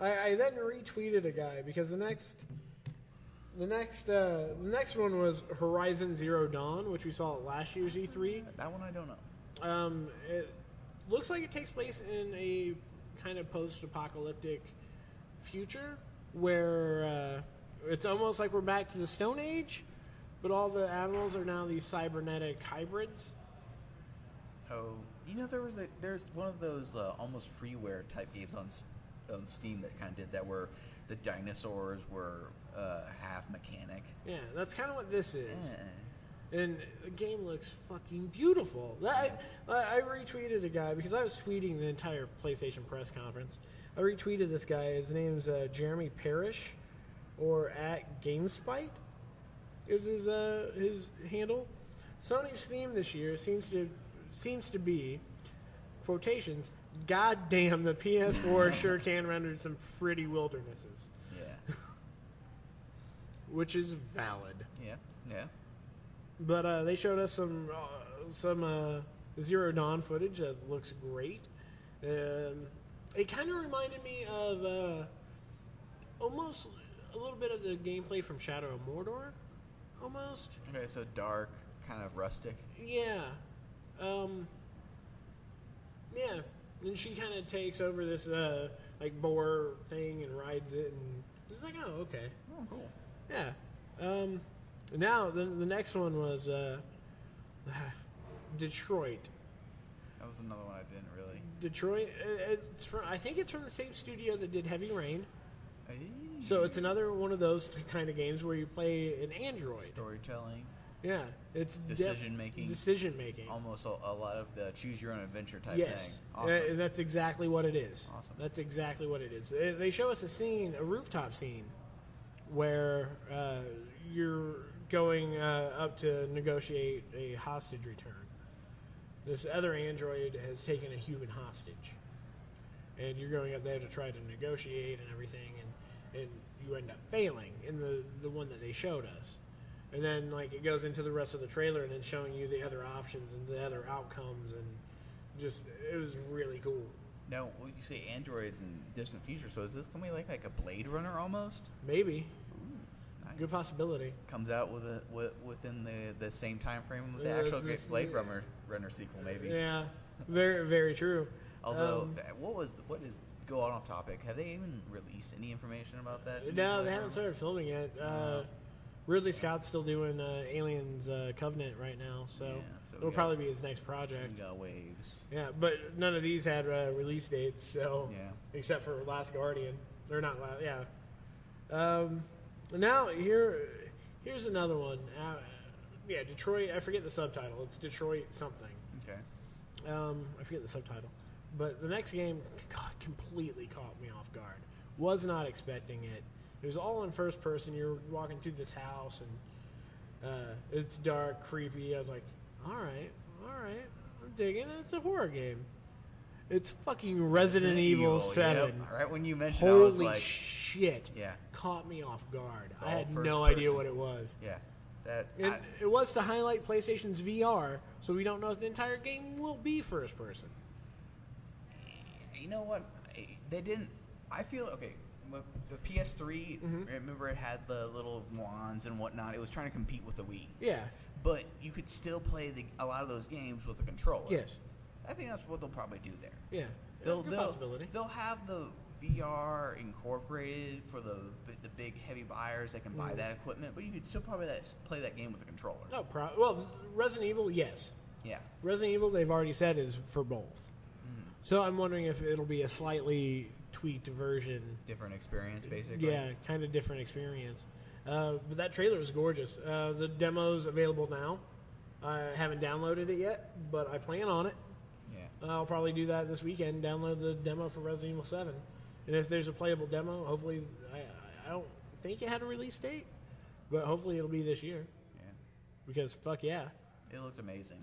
S1: I, I then retweeted a guy because the next, the next, uh, the next one was Horizon Zero Dawn, which we saw at last year's E E3.
S3: That one I don't know.
S1: Um, it looks like it takes place in a kind of post-apocalyptic future where uh, it's almost like we're back to the Stone Age, but all the animals are now these cybernetic hybrids.
S3: Oh, you know, there was a, there's one of those uh, almost freeware type games on S- on Steam that kind of did that, where the dinosaurs were uh, half mechanic.
S1: Yeah, that's kind of what this is.
S3: Eh.
S1: And the game looks fucking beautiful. That, I, I retweeted a guy because I was tweeting the entire PlayStation press conference. I retweeted this guy. His name's uh, Jeremy Parrish, or at GameSpite is his uh, his handle. Sony's theme this year seems to seems to be quotations. God damn, the PS4 sure can render some pretty wildernesses,
S3: Yeah,
S1: which is valid.
S3: yeah, yeah.
S1: But uh, they showed us some uh, some uh, zero dawn footage that looks great. Um, it kind of reminded me of uh, almost a little bit of the gameplay from Shadow of Mordor, almost.
S3: Okay, so dark, kind of rustic.
S1: Yeah, um, yeah. And she kind of takes over this uh, like boar thing and rides it, and it's like, oh, okay.
S3: Oh, cool.
S1: Yeah. Um, now the the next one was uh, Detroit.
S3: That was another one I didn't really.
S1: Detroit. uh, It's from, I think it's from the same studio that did Heavy Rain.
S3: Eh,
S1: So it's another one of those kind of games where you play an android.
S3: storytelling.
S1: Yeah, it's def-
S3: Decision making.
S1: Decision making.
S3: Almost a, a lot of the choose your own adventure type
S1: Yes,
S3: thing.
S1: Uh, that's exactly what it is.
S3: Awesome.
S1: That's exactly what it is. They, they show us a scene, a rooftop scene, where uh, you're going uh, up to negotiate a hostage return. This other android has taken a human hostage, and you're going up there to try to negotiate and everything, and and you end up failing in the the one that they showed us. And then, like, it goes into the rest of the trailer, and then showing you the other options and the other outcomes, and just it was really cool.
S3: Now, well, you say androids in distant future, so is this going to be like, like a Blade Runner almost?
S1: Maybe
S3: Nice.
S1: good possibility.
S3: Comes out with a, with, within the, the same time frame with the
S1: Yeah,
S3: actual
S1: this-
S3: Blade Runner, Runner sequel, maybe.
S1: Yeah, very very true.
S3: Although,
S1: Um,
S3: th- what was what is go on off topic? Have they even released any information about that?
S1: Um, no,
S3: Blade
S1: they haven't
S3: Runner?
S1: started filming yet.
S3: Uh-huh.
S1: Uh, Ridley Scott's still doing uh, Aliens uh, Covenant right now, so,
S3: Yeah, so we
S1: it'll
S3: got-
S1: probably be his next project.
S3: We got waves.
S1: Yeah, but none of these had uh, release dates, so
S3: Yeah.
S1: except for Last Guardian, they're not. La- yeah. Um, now here, here's another one. Uh, yeah, Detroit. I forget the subtitle. It's Detroit something.
S3: Okay.
S1: Um, I forget the subtitle. But the next game, God, completely caught me off guard. Was not expecting it. It was all in first person. You're walking through this house and uh, it's dark, creepy. I was like, all right, all right, I'm digging it. It's a horror game. It's fucking Resident, Evil,
S3: yep.
S1: 7.
S3: Right when you mentioned, I was
S1: Holy
S3: like,
S1: shit.
S3: Yeah.
S1: Caught me off guard. I
S3: all
S1: had
S3: first
S1: no idea
S3: person.
S1: what it was.
S3: yeah, that.
S1: And
S3: I-
S1: it was to highlight PlayStation's VR, so we don't know if the entire game will be first person.
S3: you know what? I- They didn't. I feel okay. m- The PS3,
S1: Mm-hmm.
S3: remember it had the little wands and whatnot. It was trying to compete with the Wii,
S1: Yeah.
S3: but you could still play the, a lot of those games with a controller.
S1: Yes.
S3: I think that's what they'll probably do there.
S1: Yeah.
S3: They'll,
S1: Good
S3: they'll,
S1: possibility.
S3: They'll have the VR incorporated for the the big heavy buyers that can buy
S1: Mhm.
S3: that equipment, but you could still probably that, play that game with a controller.
S1: No, pro- well, Resident Evil, yes.
S3: Yeah.
S1: Resident Evil, they've already said is for both. So I'm wondering if it'll be a slightly tweaked version.
S3: Different experience, basically.
S1: Yeah, kind of different experience. Uh, but that trailer is gorgeous. Uh, the demo's available now. I haven't downloaded it yet, but I plan on it.
S3: Yeah.
S1: I'll probably do that this weekend. Download the demo for Resident Evil Seven, and if there's a playable demo, hopefully I, I- I don't think it had a release date, but hopefully it'll be this year
S3: yeah.
S1: because fuck yeah.
S3: It looked amazing.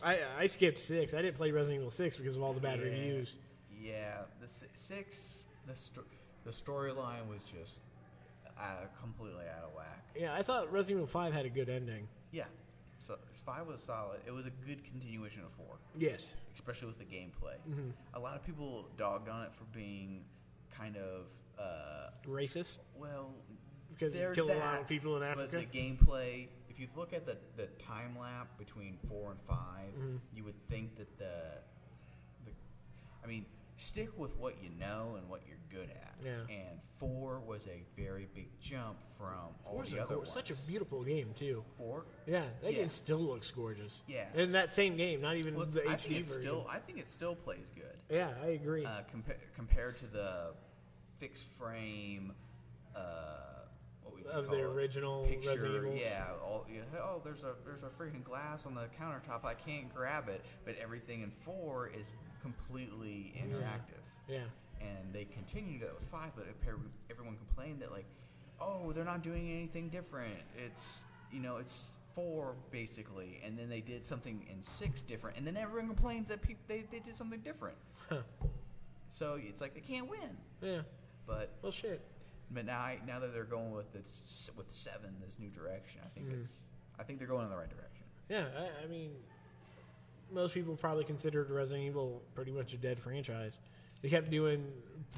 S1: I, I skipped six. I didn't play Resident Evil six because of all the bad
S3: Yeah.
S1: reviews.
S3: Yeah, the si- six, the sto- the storyline was just uh, completely out of whack.
S1: Yeah, I thought Resident Evil five had a good ending.
S3: Yeah, so five was solid. It was a good continuation of four,
S1: Yes.
S3: especially with the gameplay.
S1: Mm-hmm.
S3: A lot of people dogged on it for being kind of uh,
S1: Racist
S3: well
S1: because you
S3: there's
S1: killed a
S3: that,
S1: lot of people in Africa.
S3: But the gameplay, if you look at the the time lap between four and 5
S1: Mm-hmm.
S3: you would think that the the, I mean, stick with what you know and what you're good at.
S1: Yeah.
S3: And four was a very big jump from all
S1: Four's
S3: the
S1: a
S3: other
S1: gor-
S3: ones.
S1: such a beautiful game too.
S3: four.
S1: Yeah, that
S3: Yeah.
S1: game still looks gorgeous.
S3: Yeah.
S1: and that same game, not even
S3: Well,
S1: the
S3: I
S1: HD
S3: think it
S1: version.
S3: still I think it still plays good.
S1: yeah, I agree.
S3: uh, compa- compared to the fixed frame uh, what would you
S1: Of
S3: call
S1: the
S3: it?
S1: original
S3: picture.
S1: Resident Evils?
S3: Yeah, all, yeah, oh, there's a there's a freaking glass on the countertop. I can't grab it, but everything in four is completely
S1: Mm-hmm.
S3: interactive.
S1: yeah.
S3: And they continued it with five, but apparently everyone complained that like, oh, they're not doing anything different. It's you know it's four basically, and then they did something in six different, and then everyone complains that pe- they they did something different.
S1: Huh.
S3: So it's like they can't win.
S1: Yeah.
S3: But
S1: Well, shit.
S3: but now I, now that they're going with this with seven this new direction, I think it's I think they're going in the right direction.
S1: Yeah, I, I mean, most people probably considered Resident Evil pretty much a dead franchise. They kept doing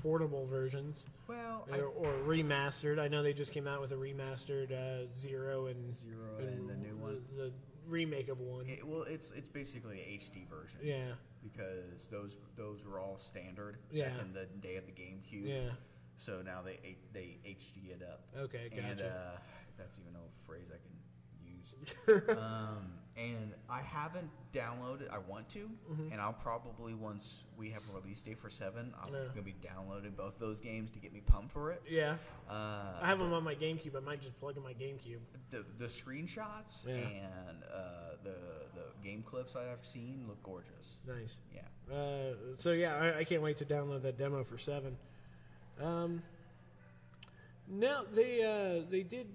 S1: portable versions
S3: Well,
S1: or, or remastered. I know they just came out with a remastered uh, Zero and
S3: Zero and the new one.
S1: the, the remake of one.
S3: I, it, well, it's it's basically a HD version.
S1: Yeah.
S3: Because those those were all standard
S1: Yeah.
S3: back in the day of the GameCube.
S1: Yeah.
S3: So now they they HD it up.
S1: Okay,
S3: And,
S1: gotcha.
S3: uh, if that's even a phrase I can use. reviews. um, and I haven't downloaded. I want to,
S1: Mm-hmm.
S3: and I'll probably once we have a release date for seven, I'm
S1: Yeah.
S3: gonna be downloading both those games to get me pumped for it.
S1: Yeah,
S3: Uh,
S1: I have them on my GameCube. I might just plug in my GameCube.
S3: the the screenshots
S1: Yeah.
S3: and uh, the the game clips I've seen look gorgeous.
S1: Nice.
S3: Yeah.
S1: Uh, so yeah, I, I can't wait to download that demo for seven. Um, no, they uh, they did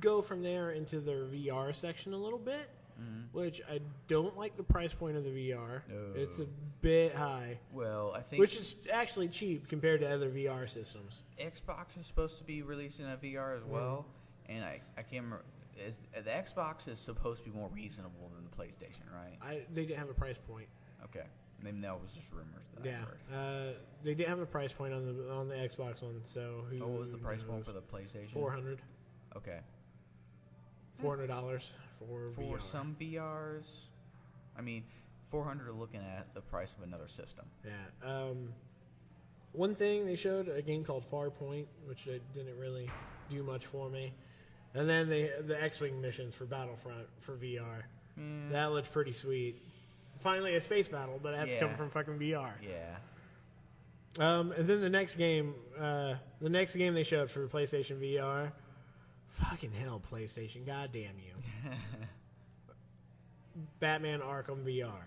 S1: go from there into their VR section a little bit,
S3: Mm-hmm.
S1: which I don't like the price point of the VR.
S3: No.
S1: It's a bit high,
S3: Well, I think
S1: which is actually cheap compared to other VR systems.
S3: Xbox is supposed to be releasing a VR
S1: Hmm.
S3: as well, and I, I can't remember. Is, the Xbox is supposed to be more reasonable than the PlayStation, right?
S1: I they didn't have a price point.
S3: Okay. Maybe that was just rumors that I heard.
S1: Yeah, uh, they didn't have a price point on the on the Xbox one. So who
S3: Oh, what was the price
S1: knows?
S3: point for the PlayStation?
S1: Four hundred.
S3: Okay.
S1: Four hundred dollars for
S3: For
S1: VR.
S3: some VRs, I mean, 400 are looking at the price of another system.
S1: Yeah. Um, one thing they showed a game called Farpoint, which they didn't really do much for me, and then they the X-wing missions for Battlefront for VR. That looked pretty sweet. Finally, a space battle, but that's
S3: Yeah.
S1: come from fucking VR.
S3: Yeah.
S1: Um, and then the next game, uh, the next game they showed for PlayStation VR, fucking hell, PlayStation, goddamn you, Batman Arkham VR.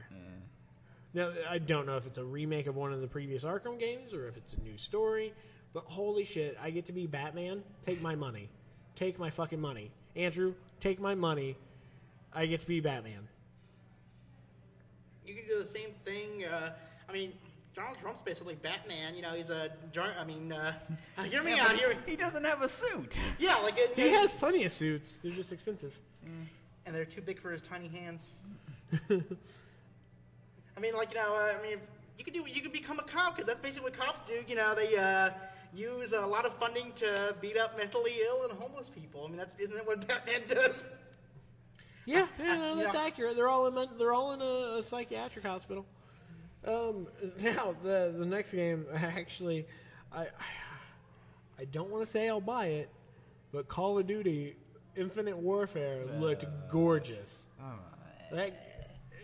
S1: Now I don't know if it's a remake of one of the previous Arkham games or if it's a new story, but holy shit, I get to be Batman. Take my money, take my fucking money, Andrew. Take my money. I get to be Batman.
S2: You can do the same thing. Uh, I mean, Donald Trump's basically Batman. You know, he's a. dr- I mean, uh, hear me
S3: Yeah,
S2: out
S3: but
S2: here.
S3: He doesn't have a suit.
S2: Yeah, like it,
S1: He has plenty of suits. They're just expensive.
S2: and they're too big for his tiny hands. I mean, like you know, uh, I mean, you could do you could become a cop because that's basically what cops do. You know, they uh, use a lot of funding to beat up mentally ill and homeless people. I mean, that's isn't that what Batman does?
S1: Yeah, yeah, no,
S2: uh,
S1: that's
S2: yeah.
S1: accurate. They're all in men- they're all in a, a psychiatric hospital. Um, now the the next game, actually, I I don't want to say I'll buy it, but Call of Duty Infinite Warfare looked gorgeous. Like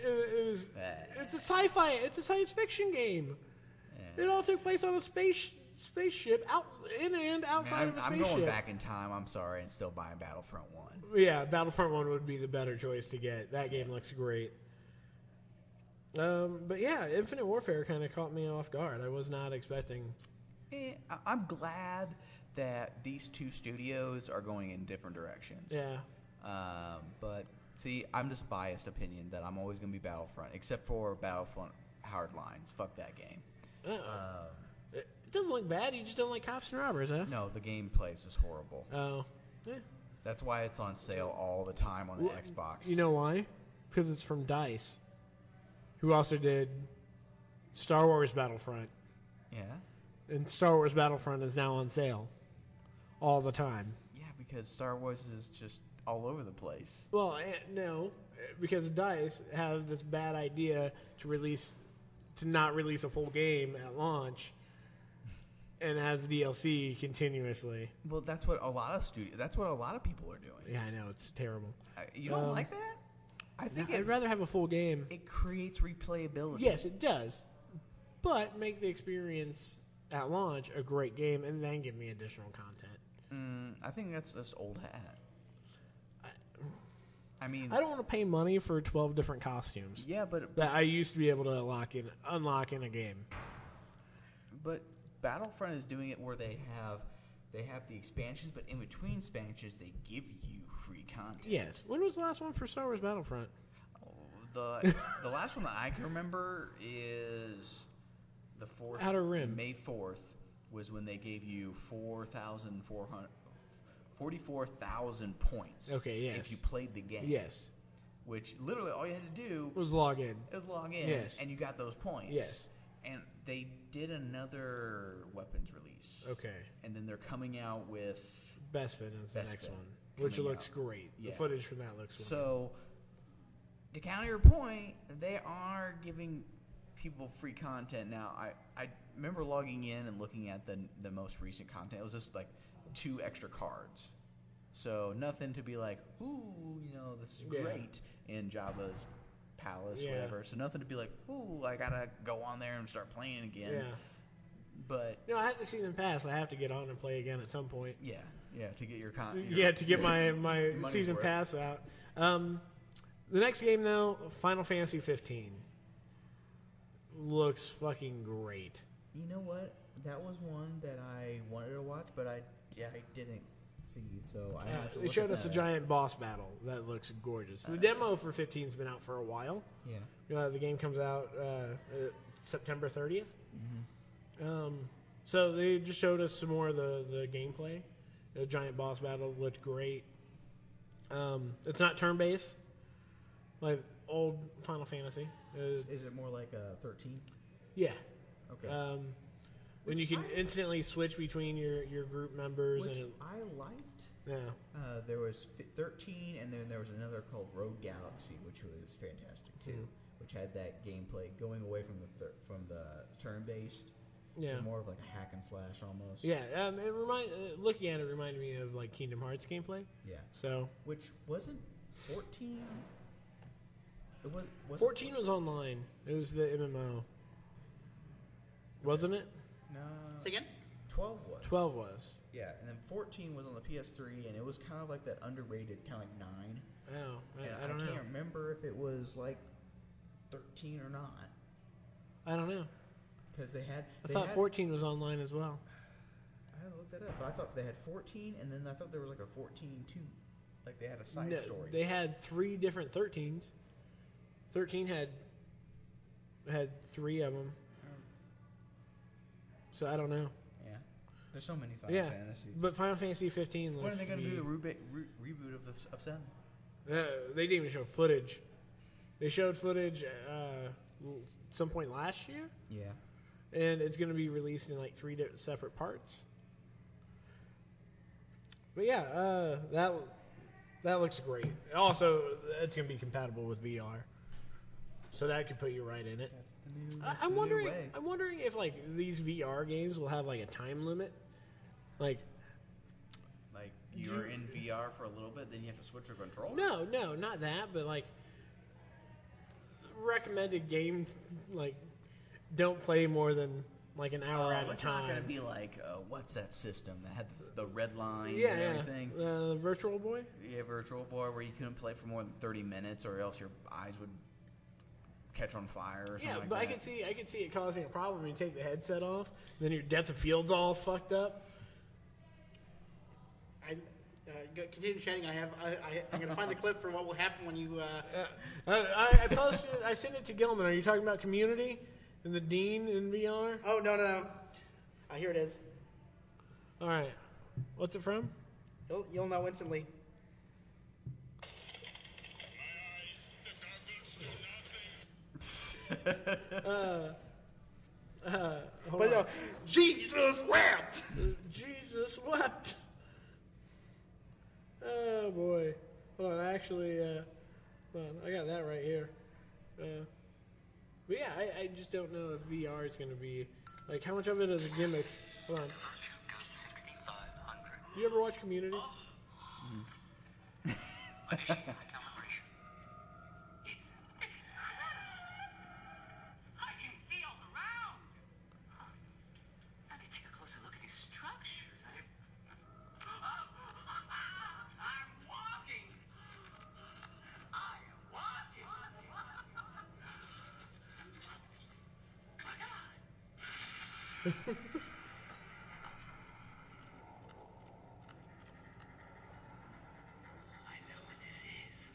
S1: it, it was, it's a sci-fi, it's a science fiction game. It all took place on a space spaceship out in and outside
S3: I'm,
S1: of a
S3: I'm
S1: spaceship.
S3: going back in time. I'm sorry, and still buying Battlefront 1.
S1: Yeah, Battlefront One would be the better choice to get. That game looks great. Um, but yeah, Infinite Warfare kind of caught me off guard. I was not expecting.
S3: Eh, I- I'm glad that these two studios are going in different directions.
S1: Yeah,
S3: Um, but see, I'm just biased opinion that I'm always going to be Battlefront, except for Battlefront Hard Lines. Fuck that game.
S1: Uh, it it doesn't look bad. You just don't like cops and robbers, huh?
S3: No, the gameplay is just horrible.
S1: Oh, yeah.
S3: That's why it's on sale all the time on the Xbox.
S1: You know why? Because it's from Dice, who also did Star Wars Battlefront,
S3: Yeah.
S1: and Star Wars Battlefront is now on sale all the time.
S3: Yeah, because Star Wars is just all over the place.
S1: Well, eh, no, eh, because Dice have this bad idea to release, to not release a full game at launch, and has DLC continuously.
S3: Well, that's what a lot of studio. That's what a lot of people are doing.
S1: Yeah, I know it's terrible.
S3: I- You don't
S1: Um,
S3: like that? I
S1: No,
S3: think
S1: I'd
S3: it,
S1: rather have a full game.
S3: it creates replayability.
S1: Yes, it does, but make the experience at launch a great game, and then give me additional content.
S3: Mm, I think that's just old hat. I mean,
S1: I don't want to pay money for twelve different costumes
S3: yeah, but
S1: that I used to be able to unlock in unlock in a game.
S3: But Battlefront is doing it where they have they have the expansions, but in between expansions they give you free content.
S1: Yes. When was the last one for Star Wars Battlefront?
S3: The the last one that I can remember is the fourth
S1: Outer Rim.
S3: May fourth was when they gave you four thousand four hundred. 44,000 points.
S1: Okay, yes.
S3: If you played the game.
S1: Yes.
S3: Which literally all you had to do
S1: was log in.
S3: It was log in,
S1: Yes.
S3: and you got those points.
S1: Yes.
S3: And they did another weapons release.
S1: Okay.
S3: And then they're coming out with.
S1: Bespin is the
S3: Bespin
S1: next one, which
S3: coming
S1: looks
S3: out.
S1: great.
S3: Yeah.
S1: The footage from that looks wonderful.
S3: So, to counter your point, they are giving people free content now. I, I remember logging in and looking at the the most recent content. It was just like two extra cards. So nothing to be like, ooh, you know, this is
S1: Yeah.
S3: great in Java's palace,
S1: Yeah.
S3: whatever. So nothing to be like, ooh, I gotta go on there and start playing again.
S1: Yeah.
S3: But
S1: No, I have the season pass. I have to get on and play again at some point.
S3: yeah, yeah, to get your con. your-
S1: yeah, to get my
S3: your
S1: my
S3: Uh, money's
S1: season
S3: worth.
S1: pass out. Um, the next game though, Final Fantasy 15, looks fucking great.
S3: You know what? That was one that I wanted to watch, but I yeah I didn't see. So I
S1: Uh,
S3: have to
S1: they
S3: look
S1: showed
S3: at
S1: us a
S3: that. Uh,
S1: giant boss battle that looks gorgeous. The demo for 15's been out for a while.
S3: Yeah.
S1: Uh, the game comes out uh, uh, September 30th.
S6: Mm-hmm.
S1: Um, so they just showed us some more of the, the gameplay. The giant boss battle looked great. Um, it's not turn based, like old Final Fantasy. It's-
S6: Is it more like a 13?
S1: yeah.
S6: Okay.
S1: Um, when you can
S6: I-
S1: instantly switch between your, your group members
S6: Which
S1: and it,
S6: I liked.
S1: yeah,
S6: Uh, there was fi- 13, and then there was another called Rogue Galaxy, which was fantastic too,
S1: Hmm.
S6: which had that gameplay going away from the thir- from the turn-based
S1: yeah.
S6: to more of like a hack and slash almost.
S1: Yeah, um, it remind uh, looking at it reminded me of like Kingdom Hearts gameplay.
S6: Yeah.
S1: So
S6: Which wasn't 14. It was. was
S1: fourteen was online. It was the MMO, wasn't it?
S6: No.
S2: Say again?
S6: 12 was.
S1: Twelve was.
S6: Yeah, and then 14 was on the PS3, and it was kind of like that underrated, kind of like nine.
S1: Oh,
S6: And
S1: I, I don't
S6: can't
S1: know.
S6: remember if it was like 13 or not
S1: I don't know.
S6: because they had.
S1: I
S6: they
S1: thought
S6: had-
S1: fourteen was online as well.
S6: I had to look that up. But I thought they had 14, and then I thought there was like a 14 two, like they had a side
S1: No,
S6: story.
S1: they had three different thirteens. Thirteen had had three of them. So I don't know.
S6: yeah, there's so many.
S3: Final
S1: yeah,
S3: Fantasy.
S1: but Final Fantasy 15 looks.
S3: When are they
S1: going
S3: gonna
S1: to
S3: do the
S1: be-
S3: reba- re- reboot of the of seven?
S1: Uh, they didn't even show footage. They showed footage uh, l- some point last year,
S6: Yeah,
S1: and it's going to be released in like three di- separate parts. But yeah, uh, that that looks great. Also, it's going to be compatible with VR, so that could put you right in it.
S3: That's the new.
S1: I, I'm wondering. I'm wondering if like these VR games will have like a time limit, like
S3: Like you're in VR for a little bit, then you have to switch your controller.
S1: No, no, not that, but like recommended game like don't play more than like an hour at a
S3: Oh, it's not gonna
S1: time.
S3: be like uh, what's that system that had the, the red line
S1: yeah,
S3: and
S1: yeah.
S3: everything.
S1: Uh, Virtual Boy.
S3: Yeah, Virtual Boy, where you couldn't play for more than thirty minutes, or else your eyes would catch on fire. Or something
S1: Yeah,
S3: like
S1: but I
S3: that.
S1: could see I could see it causing a problem when you take the headset off, then your depth of field's all fucked up.
S2: I uh, go- continue chatting. I have. I, I, I'm going to find the clip for what will happen when you. Uh,
S1: Uh, I, I posted I sent it to Gilman. Are you talking about Community and the Dean in VR?
S2: oh no no no! Uh, here it is.
S1: All right, what's it from?
S2: You'll, you'll know instantly.
S1: Hold
S2: But
S1: on.
S2: no, Jesus wept.
S1: Jesus wept. Oh boy. Hold on, I actually, uh, hold on, I got that right here. Uh, but yeah, I, I just don't know if VR is going to be like how much of it is a gimmick. Hold on. You ever watch Community?
S7: It's it's incredible. I can see all around. Huh. I can take a closer look at these structures. I I'm walking. I am walking. My God. I know what this is.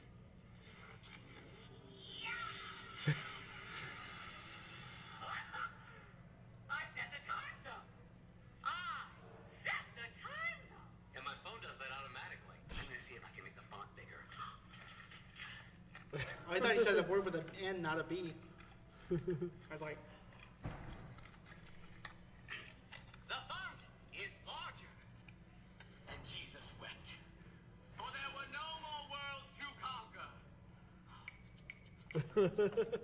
S7: I set the time zone. I set the time zone. And my phone does that automatically. I'm gonna see if I can make the font bigger.
S2: I thought you said the word with an N, not a B. I was like,
S7: The font is larger. And Jesus wept. For there were no more worlds to conquer.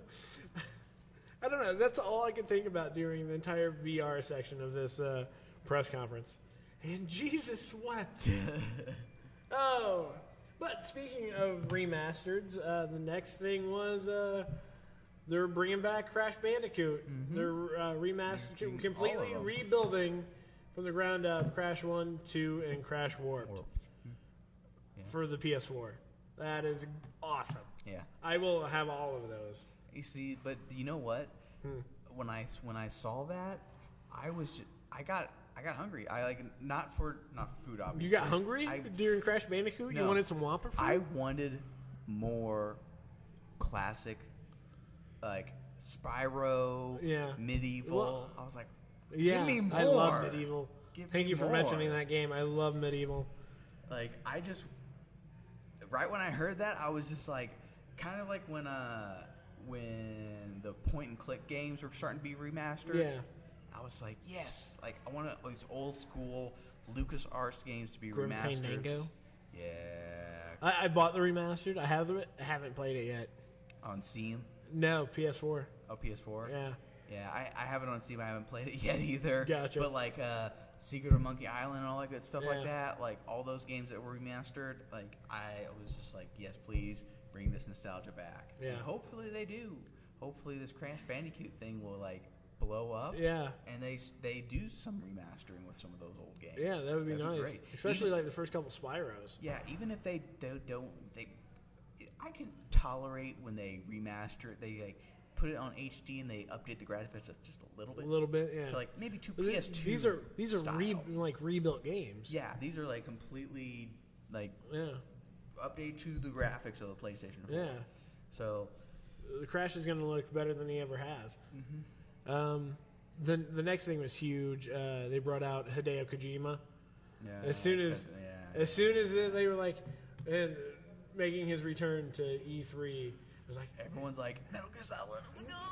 S1: I don't know. That's all I could think about during the entire VR section of this uh, press conference. And Jesus wept. Oh, but speaking of remasters, uh, the next thing was uh, they're bringing back Crash Bandicoot. They're uh, remastering, completely
S3: Mm-hmm. all of them.
S1: rebuilding from the ground up Crash One, Two, and Crash Warped, for the PS4. That is awesome.
S3: Yeah.
S1: I will have all of those.
S3: You see, but you know what?
S1: Hmm.
S3: When I when I saw that, I was just, I got I got hungry. I like not for not food obviously.
S1: You got hungry
S3: I,
S1: during Crash Bandicoot? You
S3: No.
S1: wanted some Whopper food?
S3: I wanted more classic, like Spyro,
S1: Yeah.
S3: medieval.
S1: Well,
S3: I was like,
S1: yeah,
S3: give me more.
S1: I love Medieval.
S3: Give
S1: Thank
S3: me
S1: you for
S3: more.
S1: mentioning that game. I love Medieval.
S3: Like I just right when I heard that, I was just like, kind of like when uh when the point and click games were starting to be remastered.
S1: Yeah.
S3: I was like, yes, like I want these old school Lucas Arts games to be
S1: Grim
S3: remastered.
S1: Fandango?
S3: Yeah,
S1: I, I bought the remastered. I have the. I haven't played it yet.
S3: on Steam,
S1: No, PS4.
S3: oh PS4.
S1: Yeah.
S3: Yeah, I, I have it on Steam. I haven't played it yet either.
S1: Gotcha.
S3: But like uh, Secret of Monkey Island and all that good stuff
S1: Yeah.
S3: like that, like all those games that were remastered, like I was just like, yes, please bring this nostalgia back.
S1: Yeah.
S3: And hopefully they do. Hopefully this Crash Bandicoot thing will like blow up.
S1: Yeah.
S3: And they s- they do some remastering with some of those old games.
S1: Yeah, that would be
S3: That'd
S1: nice.
S3: great.
S1: Especially
S3: Even-
S1: like the first couple Spyros.
S3: yeah, even if they do, don't, they, I can tolerate when they remaster it. They like put it on HD and they update the graphics just a little
S1: A
S3: bit,
S1: little bit, yeah.
S3: to like maybe two
S1: But these-
S3: PS2.
S1: These are these are re,
S3: style.
S1: like rebuilt games.
S3: yeah, these are like completely like
S1: Yeah.
S3: update to the graphics of the PlayStation 4.
S1: Yeah.
S3: So
S1: The Crash is going to look better than he ever has.
S3: Mm-hmm.
S1: Um, the the next thing was huge. Uh, they brought out Hideo Kojima.
S3: yeah,
S1: As soon as
S3: that's- Uh, yeah,
S1: as soon as they they were like, and making his return to E3, it was like.
S3: everyone's like Metal Gear Solid.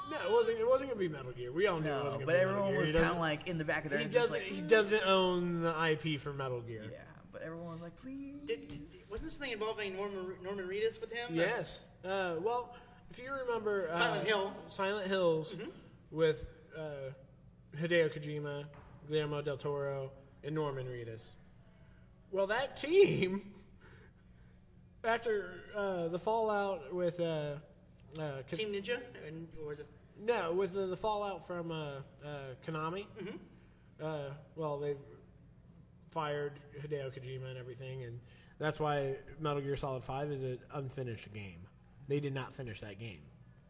S1: No, it wasn't. It wasn't gonna be Metal Gear. We all knew it
S3: No,
S1: wasn't gonna
S3: but
S1: be
S3: everyone
S1: Metal Gear.
S3: was
S1: He
S3: kind of
S1: doesn't-
S3: like in the back of their
S1: He
S3: head, just
S1: doesn't.
S3: like
S1: he doesn't own the IP for Metal Gear.
S3: yeah. But everyone was like, please.
S2: Did, wasn't this thing involving Norman Norman Reedus with him?
S1: Yes. Uh, well, if you remember, uh,
S2: Silent Hill. Mm-hmm.
S1: Silent Hills, with uh, Hideo Kojima, Guillermo del Toro, and Norman Reedus. Well, that team, after uh, the fallout with uh, uh, Ko-
S2: Team Ninja, and or was it?
S1: No, with the, the fallout from uh, uh, Konami. Uh, well, they fired Hideo Kojima and everything, and that's why Metal Gear Solid Five is an unfinished game. They did not finish that game.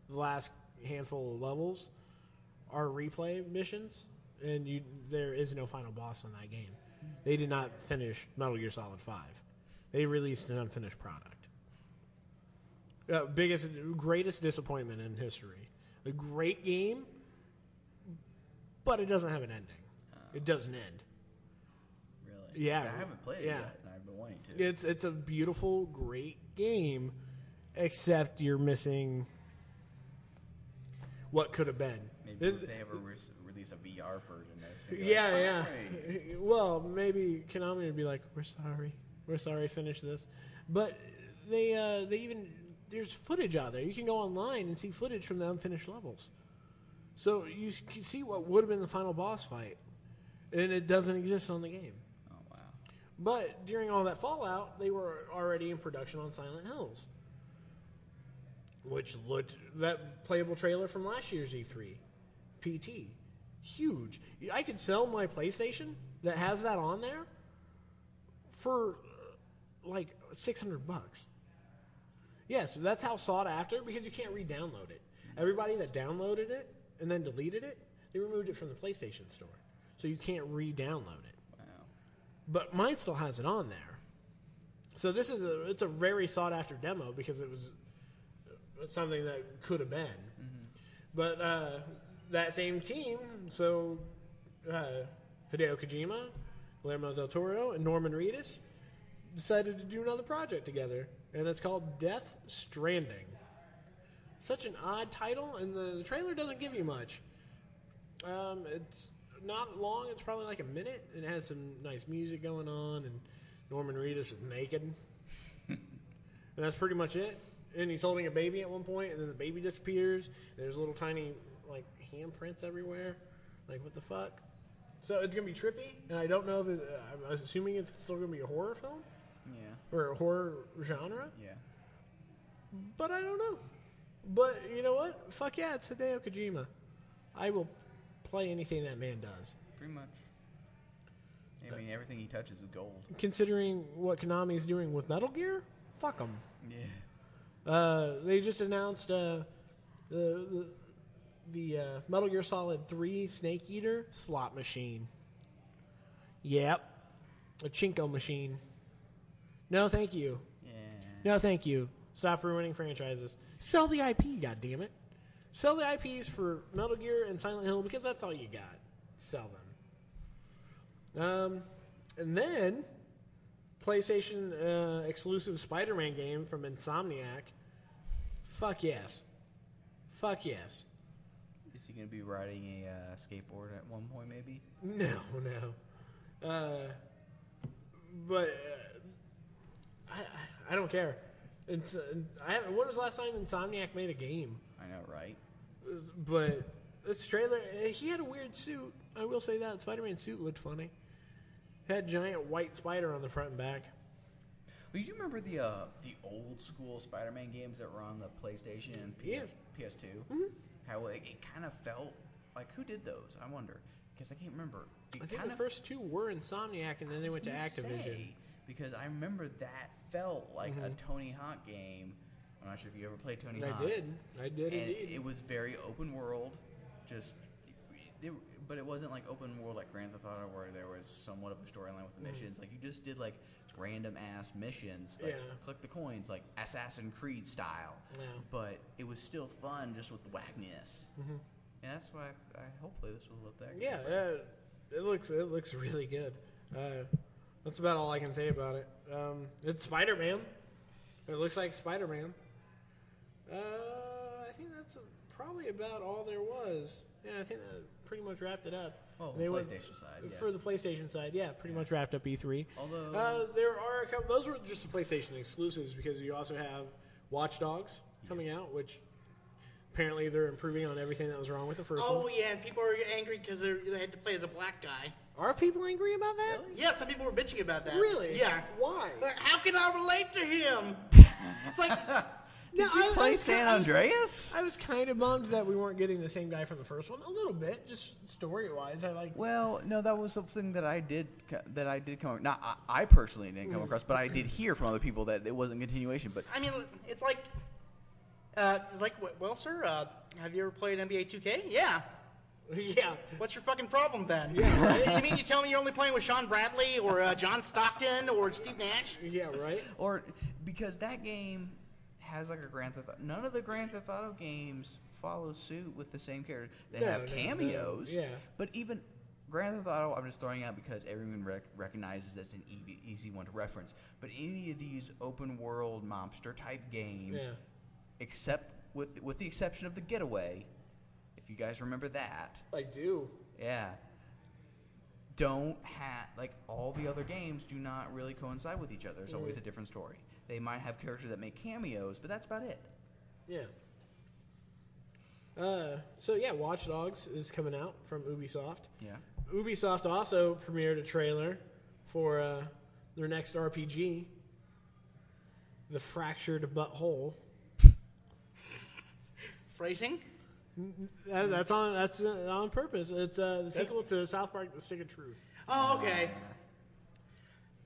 S1: The last handful of levels are replay missions, and you there is no final boss in that game. They did not finish Metal Gear Solid Five. They released an unfinished product uh, biggest greatest disappointment in history. A great game, but it doesn't have an ending. It doesn't end.
S3: Really?
S1: Yeah.
S3: 'Cause I haven't played it
S1: Yeah.
S3: yet, and I've been wanting to.
S1: It's it's a beautiful, great game, except you're missing what could have been.
S3: Maybe
S1: It-
S3: if they ever re- release a VR version, that's gonna be
S1: yeah,
S3: like,
S1: yeah.
S3: "Hey."
S1: Well, maybe Konami would be like, "We're sorry, we're sorry, finish this," but they uh, they even there's footage out there. You can go online and see footage from the unfinished levels, so you s- can see what would have been the final boss fight, and it doesn't exist on the game.
S3: Oh wow.
S1: But during all that fallout, they were already in production on Silent Hills, which looked that playable trailer from last year's E E3, PT, huge. I could sell my PlayStation that has that on there for uh, like six hundred bucks. Yeah, so that's how sought after because you can't re-download it. Everybody that downloaded it and then deleted it, they removed it from the PlayStation Store, so you can't re-download it but mine still has it on there. So this is a it's a very sought after demo because it was uh, something that could have been. But uh, that same team, so uh, Hideo Kojima, Guillermo del Toro, and Norman Reedus decided to do another project together, and it's called Death Stranding. Such an odd title, and the, the trailer doesn't give you much. Um, it's not long. It's probably like a minute. It has some nice music going on, and Norman Reedus is naked, and that's pretty much it. And he's holding a baby at one point, and then the baby disappears. There's little tiny like handprints everywhere. Like what the fuck? uh, So it's gonna be trippy, and I don't know if it, I'm assuming it's still gonna be a horror film.
S3: Yeah.
S1: or horror genre,
S3: Yeah.
S1: but I don't know. But you know what? Fuck yeah, it's Hideo Kojima. I will play anything that man does.
S3: Pretty much. I mean, everything he touches is gold.
S1: Considering what Konami's doing with Metal Gear, fuck them.
S3: Yeah.
S1: Uh, they just announced uh, the the, the uh, Metal Gear Solid Three Snake Eater slot machine. Yep, a Chinko machine. No, thank you.
S3: Yeah.
S1: No, thank you. Stop ruining franchises. Sell the IP, goddammit. Sell the IPs for Metal Gear and Silent Hill because that's all you got. Sell them. Um, and then PlayStation uh, exclusive Spider-Man game from Insomniac. Fuck yes. Fuck yes.
S3: Is he gonna be riding a uh, skateboard at one point? Maybe.
S1: No, no. Uh, but uh, I, I- I don't care. It's, uh, I haven't. When was the last time Insomniac made a game?
S3: I know, right?
S1: But this trailer, uh, he had a weird suit. I will say that Spider-Man suit looked funny. Had giant white spider on the front and back.
S3: But you remember the uh, the old school Spider-Man games that were on the PlayStation and PS,
S1: Yeah. Mm-hmm.
S3: PS2? How like, it kind of felt like who did those? I wonder because I can't remember. It
S1: I think
S3: kinda
S1: the first two were Insomniac, and then they went to
S3: You
S1: Activision.
S3: say, because I remember that felt like a
S1: Mm-hmm.
S3: Tony Hawk game. I'm not sure if you ever played Tony
S1: I
S3: Hawk.
S1: did. I did
S3: uh, And
S1: indeed.
S3: it was very open world, just. They, were- but it wasn't like open world like Grand Theft Auto, where there was somewhat of a storyline with the
S1: Mm-hmm.
S3: missions. Like you just did like random ass missions, like
S1: Yeah.
S3: click the coins, like Assassin Creed style.
S1: Yeah.
S3: But it was still fun, just with the wackiness. Mm-hmm. And that's why I, I hopefully this will look that. good.
S1: Yeah, uh, it looks it looks really good. Uh, that's about all I can say about it. Um, it's Spider Man. It looks like Spider Man. Uh, I think that's probably about all there was. Yeah, I think that pretty much wrapped it up.
S3: Well,
S1: They
S3: the
S1: went-
S3: Oh, PlayStation side, yeah.
S1: For the PlayStation side, yeah, pretty much wrapped up E3.
S3: Although-
S1: uh, there are a couple, those were just the PlayStation exclusives because you also have Watch Dogs coming out, which apparently they're improving on everything that was wrong with the first one.
S2: Oh yeah, and people are angry because they had to play as a black guy.
S1: Are people angry about that?
S2: Yeah, some people were bitching about that.
S1: Really?
S2: Yeah.
S1: Why?
S2: Like, How can I relate to him? it's like
S1: Did
S3: Did you play San Andreas?
S1: I was kind of bummed that we weren't getting the same guy from the first one. A little bit, just story wise. I like.
S3: Well, no, that was something that I did co- that I did come not I, I personally didn't come across, but I did hear from other people that it wasn't continuation. But
S2: I mean, it's like uh, it's like well, sir, uh, have you ever played NBA 2K? Yeah.
S1: yeah.
S2: What's your fucking problem then? Yeah. you mean you tell me you're only playing with Sean Bradley or uh, John Stockton or Steve Nash?
S1: Yeah, right?
S3: or because that game has like a Grand Theft Auto, none of the Grand Theft Auto games follow suit with the same character. They
S1: No,
S3: have
S1: no, no,
S3: cameos,
S1: yeah.
S3: But even Grand Theft Auto, I'm just throwing out because everyone rec- recognizes that's an easy, easy one to reference. But any of these open world mobster type games,
S1: Yeah.
S3: except with with the exception of the Getaway, if you guys remember that.
S1: I do.
S3: Yeah. Don't have like all the other games do not really coincide with each other. It's always a different story. They might have characters that make cameos, but that's about it.
S1: Yeah. Uh, so, yeah, Watch Dogs is coming out from Ubisoft.
S3: Yeah.
S1: Ubisoft also premiered a trailer for uh, their next RPG, The Fractured Butthole.
S2: Phrasing?
S1: That- that's on that's uh, on purpose. It's uh, the sequel to South Park: The Stick of Truth.
S2: Oh, okay.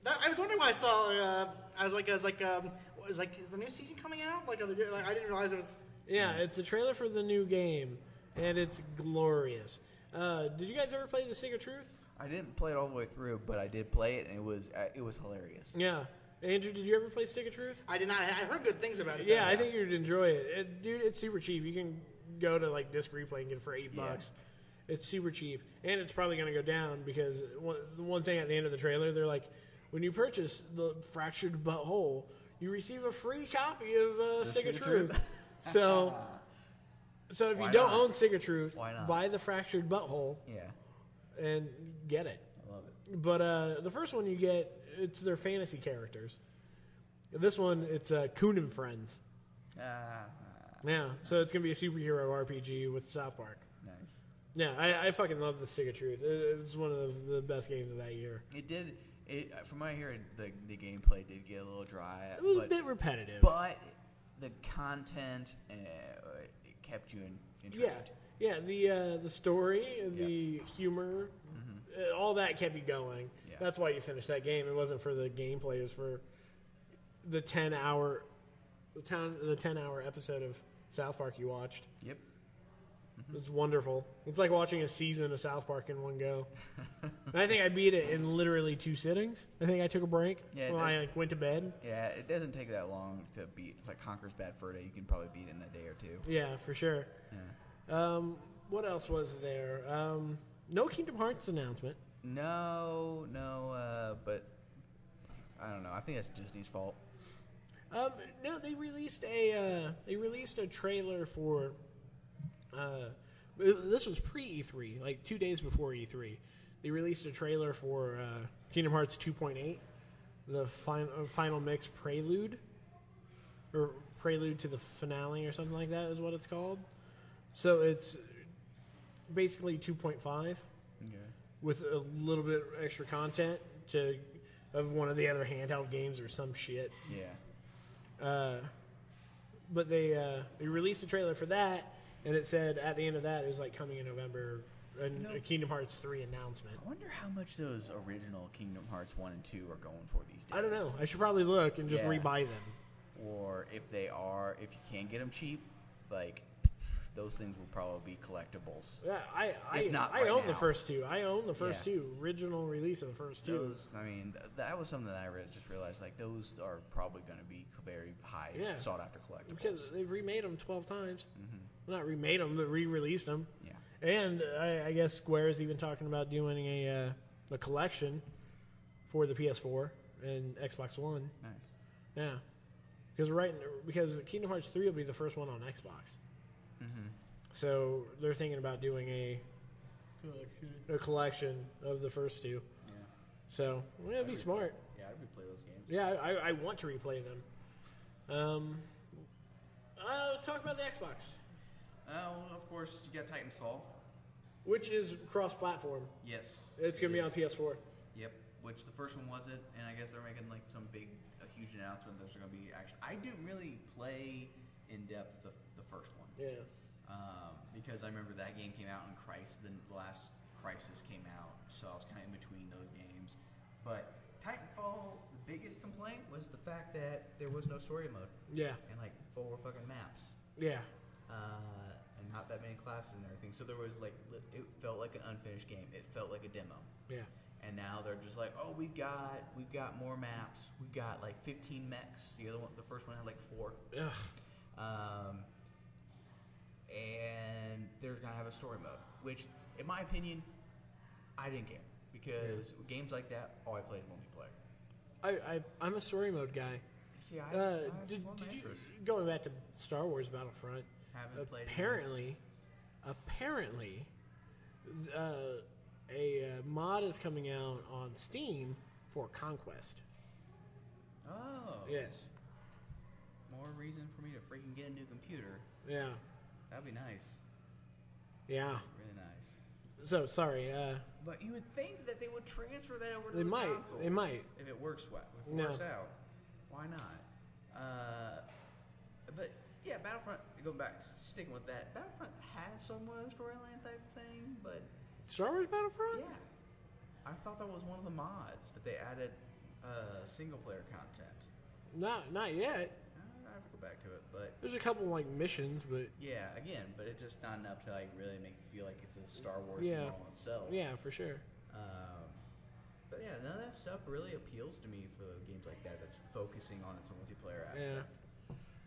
S2: That, I was wondering why I saw. Uh, I was like, I was like, um, what is like, is the new season coming out? Like, are they, do- like I didn't realize it was.
S1: Yeah, it's a trailer for the new game, and it's glorious. Uh, did you guys ever play The Stick of Truth?
S3: I didn't play it all the way through, but I did play it, and it was uh, it was hilarious.
S1: Yeah. Andrew, did you ever play Stick of Truth?
S2: I did not. I heard good things about it.
S1: Yeah,
S2: though.
S1: I think you'd enjoy it. it. Dude, it's super cheap. You can go to like Disc Replay and get it for eight bucks. It's super cheap, and it's probably going to go down because one, the one thing at the end of the trailer, they're like, when you purchase the fractured butthole, you receive a free copy of uh, Stick of
S3: Stick of
S1: Truth. so, so if
S3: Why
S1: you don't
S3: not?
S1: own Stick of Truth,
S3: Why not?
S1: buy the fractured butthole
S3: Yeah,
S1: and get it.
S3: I love it.
S1: But uh, the first one you get, it's their fantasy characters. This one, it's uh, Coon and Friends.
S3: Ah,
S1: Yeah, so it's gonna be a superhero RPG with South Park.
S3: nice.
S1: Yeah, I, I fucking love the Stick of Truth. It, it was one of the best games of that year.
S3: It did. It, uh, from what I hear, the, the gameplay did get a little dry.
S1: It was a
S3: but-
S1: bit repetitive.
S3: but the content uh, it kept you in,
S1: yeah,
S3: intrigued.
S1: yeah. The uh, the story, and the humor, uh, all that kept you going.
S3: Mm-hmm. Yeah.
S1: That's why you finished that game. It wasn't for the gameplay. It was for the ten hour, the town, the ten hour episode of South Park you watched.
S3: Yep. Mm-hmm.
S1: It's wonderful. It's like watching a season of South Park in one go. And I think I beat it in literally two sittings. I think I took a break
S3: Yeah, it
S1: when I
S3: did.
S1: like, went to bed.
S3: Yeah, it doesn't take that long to beat. It's like Conquer's Bad Fur Day. You can probably beat it in a day or two.
S1: Yeah, for sure. Um, what else was there? Um, no Kingdom Hearts announcement.
S3: No, no, uh, but I don't know. I think that's Disney's fault.
S1: Um, no, they released a uh, they released a trailer for. Uh, this was pre E3, like two days before E3. They released a trailer for uh, Kingdom Hearts 2.8, the final final mix prelude, or prelude to the finale, or something like that is what it's called. So it's basically 2.5
S3: Okay.
S1: with a little bit extra content to of one of the other handheld games or some shit.
S3: Yeah.
S1: Uh, but they uh, they released a trailer for that, and it said at the end of that it was like coming in November, a, a Kingdom Hearts three announcement.
S3: I wonder how much those original Kingdom Hearts one and two are going for these days.
S1: I don't know. I should probably look and just
S3: Yeah.
S1: rebuy them.
S3: Or if they are, if you can't get them cheap, like those things will probably be collectibles.
S1: Yeah, I I,
S3: If not
S1: I
S3: right
S1: own the
S3: now.
S1: first two. I own the first
S3: Yeah.
S1: two original release of the first two.
S3: Those, I mean, th- that was something that I re- just realized. Like those are probably going to be very high
S1: Yeah.
S3: sought after collectibles.
S1: because they've remade them 12 times. Well, Not remade them, but re-released them.
S3: Mm-hmm. Yeah.
S1: And I, I guess Square is even talking about doing a uh, a collection for the PS4 and Xbox One.
S3: nice.
S1: Yeah. Because right because Kingdom Hearts 3 will be the first one on Xbox. So they're thinking about doing a a collection of the first two.
S3: Yeah.
S1: So well, that'd be smart.
S3: Yeah, I'd replay those games.
S1: Yeah, I, I- I want to replay them. Um, uh, talk about the Xbox,
S3: Oh, well, of course you got Titanfall.
S1: which is cross-platform.
S3: Yes.
S1: It's gonna be
S3: Yes.
S1: on PS4.
S3: Yep. Which the first one wasn't, and I guess they're making like some big, a huge announcement. There's going to be action. I didn't really play in depth the, the first one.
S1: Yeah,
S3: um, because I remember that game came out in Christ, then the last Crisis came out, so I was kind of in between those games. But Titanfall, the biggest complaint was the fact that there was no story mode
S1: yeah,
S3: and like four fucking maps,
S1: yeah,
S3: uh, and not that many classes and everything. So there was like li- it felt like an unfinished game. It felt like a demo.
S1: yeah.
S3: And now they're just like, oh, we've got we've got more maps. We've got like 15 mechs. The other one, the first one had like four.
S1: Ugh.
S3: Um, and they're gonna have a story mode, which, in my opinion, I didn't care because games like that, all I play is multiplayer.
S1: I, I I'm a story mode guy.
S3: See, I,
S1: Uh,
S3: I
S1: did,
S3: lost my
S1: did you
S3: interest.
S1: going back to Star Wars Battlefront?
S3: Haven't played it in
S1: apparently, apparently, th- uh, a uh, mod is coming out on Steam for Conquest.
S3: Oh,
S1: Yes.
S3: more reason for me to freaking get a new computer.
S1: Yeah.
S3: That'd be nice,
S1: Yeah.
S3: really nice.
S1: So sorry. Uh,
S3: But you would think that they would transfer that over to
S1: They
S3: the
S1: might,
S3: consoles.
S1: they might.
S3: If it works well. If it
S1: No.
S3: works out. Why not? Uh, but yeah, Battlefront going back s- sticking with that, Battlefront had somewhat of a storyline type thing, but
S1: Star Wars Battlefront.
S3: yeah. I thought that was one of the mods that they added uh, single player content.
S1: Not not yet.
S3: I have to go back to it, but
S1: There's a couple like missions, but
S3: yeah, again, but it's just not enough to like really make you feel like it's a Star Wars
S1: Yeah.
S3: in all itself.
S1: yeah, for sure.
S3: Um, but yeah, none of that stuff really appeals to me for games like that that's focusing on its multiplayer aspect.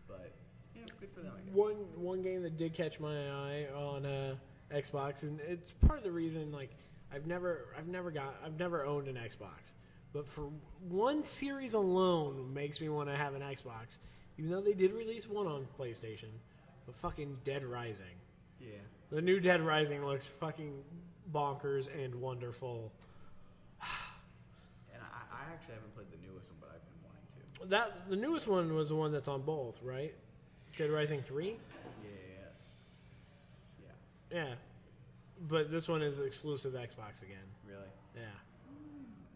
S3: But yeah, good for them, I guess.
S1: One one game that did catch my eye on uh, Xbox, and it's part of the reason like I've never I've never got I've never owned an Xbox, but for one series alone makes me want to have an Xbox, even though they did release one on PlayStation. But fucking Dead Rising,
S3: Yeah.
S1: the new Dead Rising looks fucking bonkers and wonderful.
S3: And I, I actually haven't played the newest one, but I've been wanting to.
S1: That the newest one was the one that's on both, right? Dead Rising three.
S3: Yes. Yeah.
S1: Yeah. But this one is exclusive Xbox again.
S3: Really?
S1: Yeah.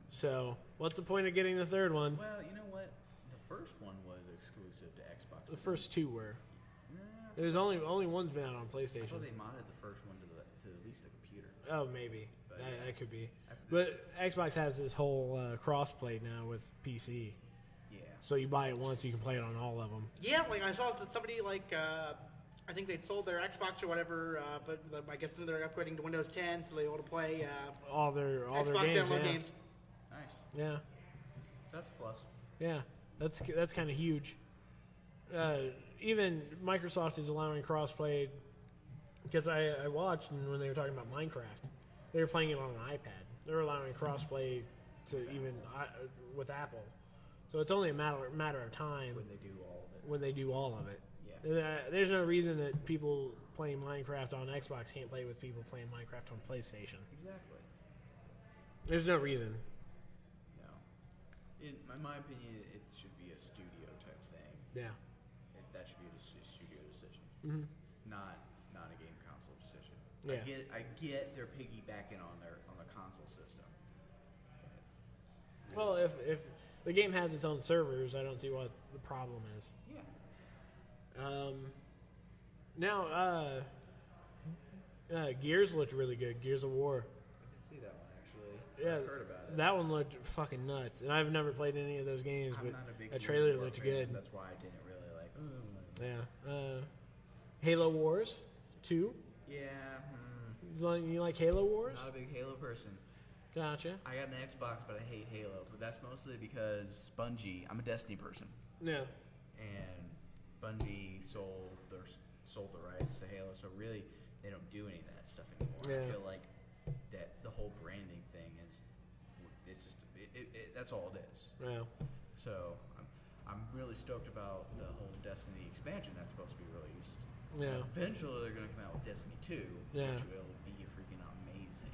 S1: So what's the point of getting the third one?
S3: Well, you know what? The first one was exclusive to Xbox.
S1: The first two were.
S3: Nah,
S1: There's only only one's been out on
S3: I
S1: PlayStation.
S3: thought they modded the first one to, the, to at least the computer.
S1: Oh, maybe
S3: But-
S1: that, that could be.
S3: After
S1: But Xbox has this whole uh, crossplay now with PC,
S3: Yeah.
S1: so you buy it once, you can play it on all of them.
S2: Yeah, like I saw that somebody like uh, I think they'd sold their Xbox or whatever, uh, but like, I guess they're upgrading to Windows 10, so they able to play uh,
S1: All their all
S2: Xbox
S1: their games.
S2: download
S1: Yeah.
S2: games.
S3: Nice.
S1: yeah,
S3: That's a plus.
S1: yeah. That's that's kind of huge. Uh, even Microsoft is allowing crossplay because I, I watched and when they were talking about Minecraft, they were playing it on an iPad. They're allowing crossplay to even I, with Apple, so it's only a matter matter of time
S8: when they do all of it.
S1: when they do all of it.
S8: Yeah.
S1: And, uh, There's no reason that people playing Minecraft on Xbox can't play with people playing Minecraft on PlayStation.
S8: Exactly.
S1: There's no reason.
S3: No. In my, my opinion, it should be a studio type thing.
S1: Yeah.
S3: It, that should be a s- studio decision,
S1: Mhm.
S3: not not a game console decision.
S1: Yeah.
S3: I get I get they're piggybacking on their on the console system.
S1: Well, if if the game has its own servers, I don't see what the problem is.
S3: Yeah.
S1: Um, now, uh, uh, Gears looked really good. Gears of War.
S3: I did see that one actually.
S1: Yeah,
S3: I heard about it.
S1: that one looked fucking nuts. And I've never played any of those games,
S3: I'm
S1: but
S3: not a big
S1: that
S3: Gears of
S1: trailer
S3: War
S1: looked
S3: fan,
S1: good.
S3: That's why I didn't really like. "Ooh."
S1: Yeah. Uh, Halo Wars, two.
S3: Yeah. Hmm.
S1: You like- You like Halo Wars?
S3: Not a big Halo person.
S1: Gotcha.
S3: I got an Xbox, but I hate Halo. But that's mostly because Bungie. I'm a Destiny person,
S1: Yeah.
S3: and Bungie sold their sold the rights to Halo, so really they don't do any of that stuff anymore.
S1: Yeah.
S3: I feel like that the whole branding thing is it's just it, it, it, that's all it is.
S1: Yeah.
S3: So I'm I'm really stoked about the whole Destiny expansion that's supposed to be released.
S1: Yeah.
S3: Eventually they're going to come out with Destiny 2,
S1: Yeah.
S3: which will be freaking amazing.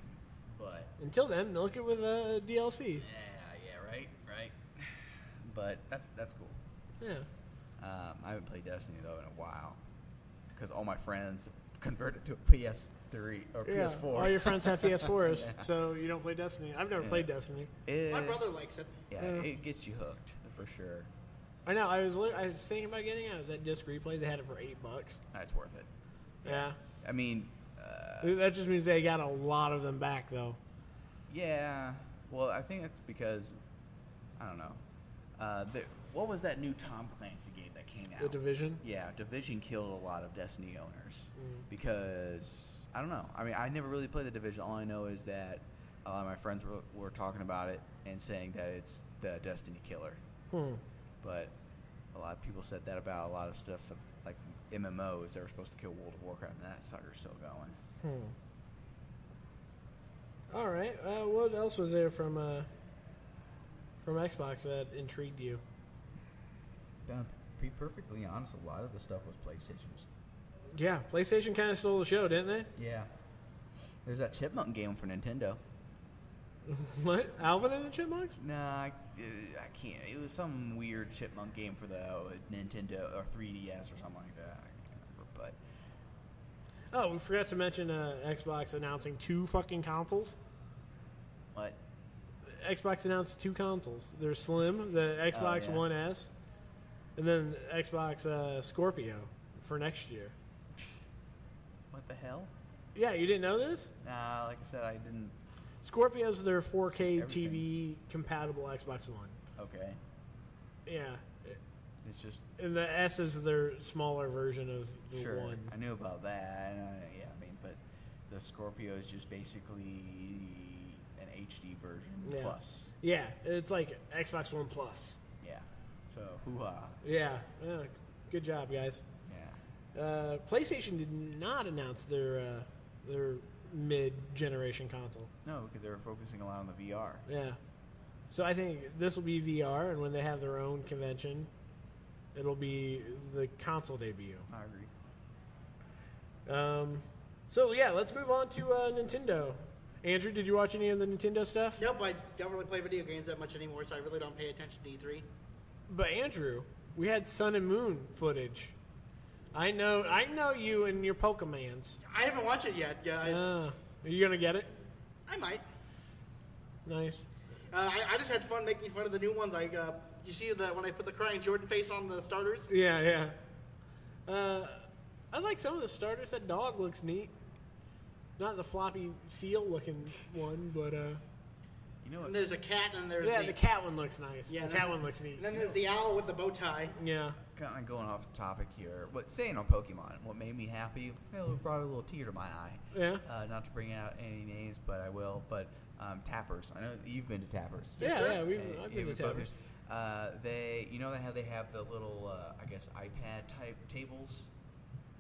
S3: But
S1: Until then, milk it with uh, DLC.
S3: yeah, yeah, right, right. But that's that's cool.
S1: Yeah.
S3: Um, I haven't played Destiny though in a while because all my friends converted to a PS3 or
S1: yeah.
S3: PS4.
S1: All your friends have PS4s,
S3: Yeah.
S1: so you don't play Destiny. I've never
S3: Yeah.
S1: played Destiny.
S3: It-
S2: My brother likes it.
S3: Yeah,
S1: Yeah.
S3: it gets you hooked for sure.
S1: I know. I was li- I was thinking about getting it. I was at Disc Replay. They had it for eight bucks.
S3: That's worth it.
S1: Yeah.
S3: I mean, uh,
S1: That just means they got a lot of them back, though.
S3: yeah. Well, I think that's because I don't know. Uh, the, what was that new Tom Clancy game that came out?
S1: The Division.
S3: Yeah, Division killed a lot of Destiny owners because I don't know. I mean, I never really played the Division. All I know is that a lot of my friends were, were talking about it and saying that it's the Destiny killer.
S1: Hmm.
S3: But a lot of people said that about a lot of stuff like MMOs. They were supposed to kill World of Warcraft, and that sucker's still going.
S1: Hmm. All right. Uh, what else was there from uh, from Xbox that intrigued you?
S8: Down, be perfectly honest, a lot of the stuff was PlayStation's.
S1: Yeah, PlayStation kind of stole the show, didn't they?
S8: Yeah.
S3: There's that Chipmunk game for Nintendo.
S1: what? Alvin and the Chipmunks?
S3: Nah, I, uh, I can't. It was some weird Chipmunk game for the uh, Nintendo or 3DS or something like that. I can't remember, but.
S1: Oh, we forgot to mention uh, Xbox announcing two fucking consoles.
S3: What?
S1: Xbox announced two consoles. They're slim, the Xbox
S3: Oh, yeah.
S1: One S, and then Xbox uh, Scorpio for next year.
S3: What the hell?
S1: Yeah, you didn't know this?
S3: Nah, like I said, I didn't.
S1: Scorpio's their 4K
S3: Everything.
S1: TV compatible Xbox One.
S3: Okay,
S1: Yeah,
S3: it's just
S1: and the S is their smaller version of the
S3: sure.
S1: one.
S3: I knew about that. And I, yeah, I mean, but the Scorpio is just basically an HD version
S1: Yeah.
S3: plus.
S1: Yeah, it's like Xbox One Plus.
S3: Yeah. So hoo ha.
S1: Yeah, yeah, good job, guys.
S3: Yeah.
S1: Uh, PlayStation did not announce their uh, their mid generation console.
S3: No, because they were focusing a lot on the VR.
S1: Yeah, so I think this will be VR, and when they have their own convention, it'll be the console debut.
S3: I agree.
S1: Um, so yeah, let's move on to uh, Nintendo. Andrew, did you watch any of the Nintendo stuff?
S2: Nope, I don't really play video games that much anymore, so I really don't pay attention to E E3.
S1: But Andrew, we had Sun and Moon footage. I know, I know you and your Pokemans.
S2: I haven't
S1: Uh.
S2: watched it yet. Yeah, I,
S1: Ah, are you gonna get it?
S2: I might.
S1: Nice.
S2: Uh, I, I just had fun making fun of the new ones. I uh, you see that when I put the crying Jordan face on the starters.
S1: Yeah, yeah. Uh, I like some of the starters. That dog looks neat. Not the floppy seal looking one, but uh,
S3: You know what?
S2: And there's a cat and there's
S1: yeah,
S2: the,
S1: the cat one looks nice.
S2: Yeah,
S1: the
S2: then
S1: cat
S2: the-
S1: one looks neat.
S2: And then there's the owl with the bow tie.
S1: yeah,
S3: kind of going off topic here. What saying on Pokemon? What made me happy? Well, it brought a little tear to my eye.
S1: yeah,
S3: Uh, not to bring out any names, but I will. But um, Tappers, I know that you've been to Tappers.
S1: yeah, yeah. We've,
S3: Uh,
S1: I've
S3: yeah,
S1: been
S3: we
S1: to
S3: both-
S1: Towers.
S3: Uh, they, you know, how they have the little, uh, I guess, iPad type tables.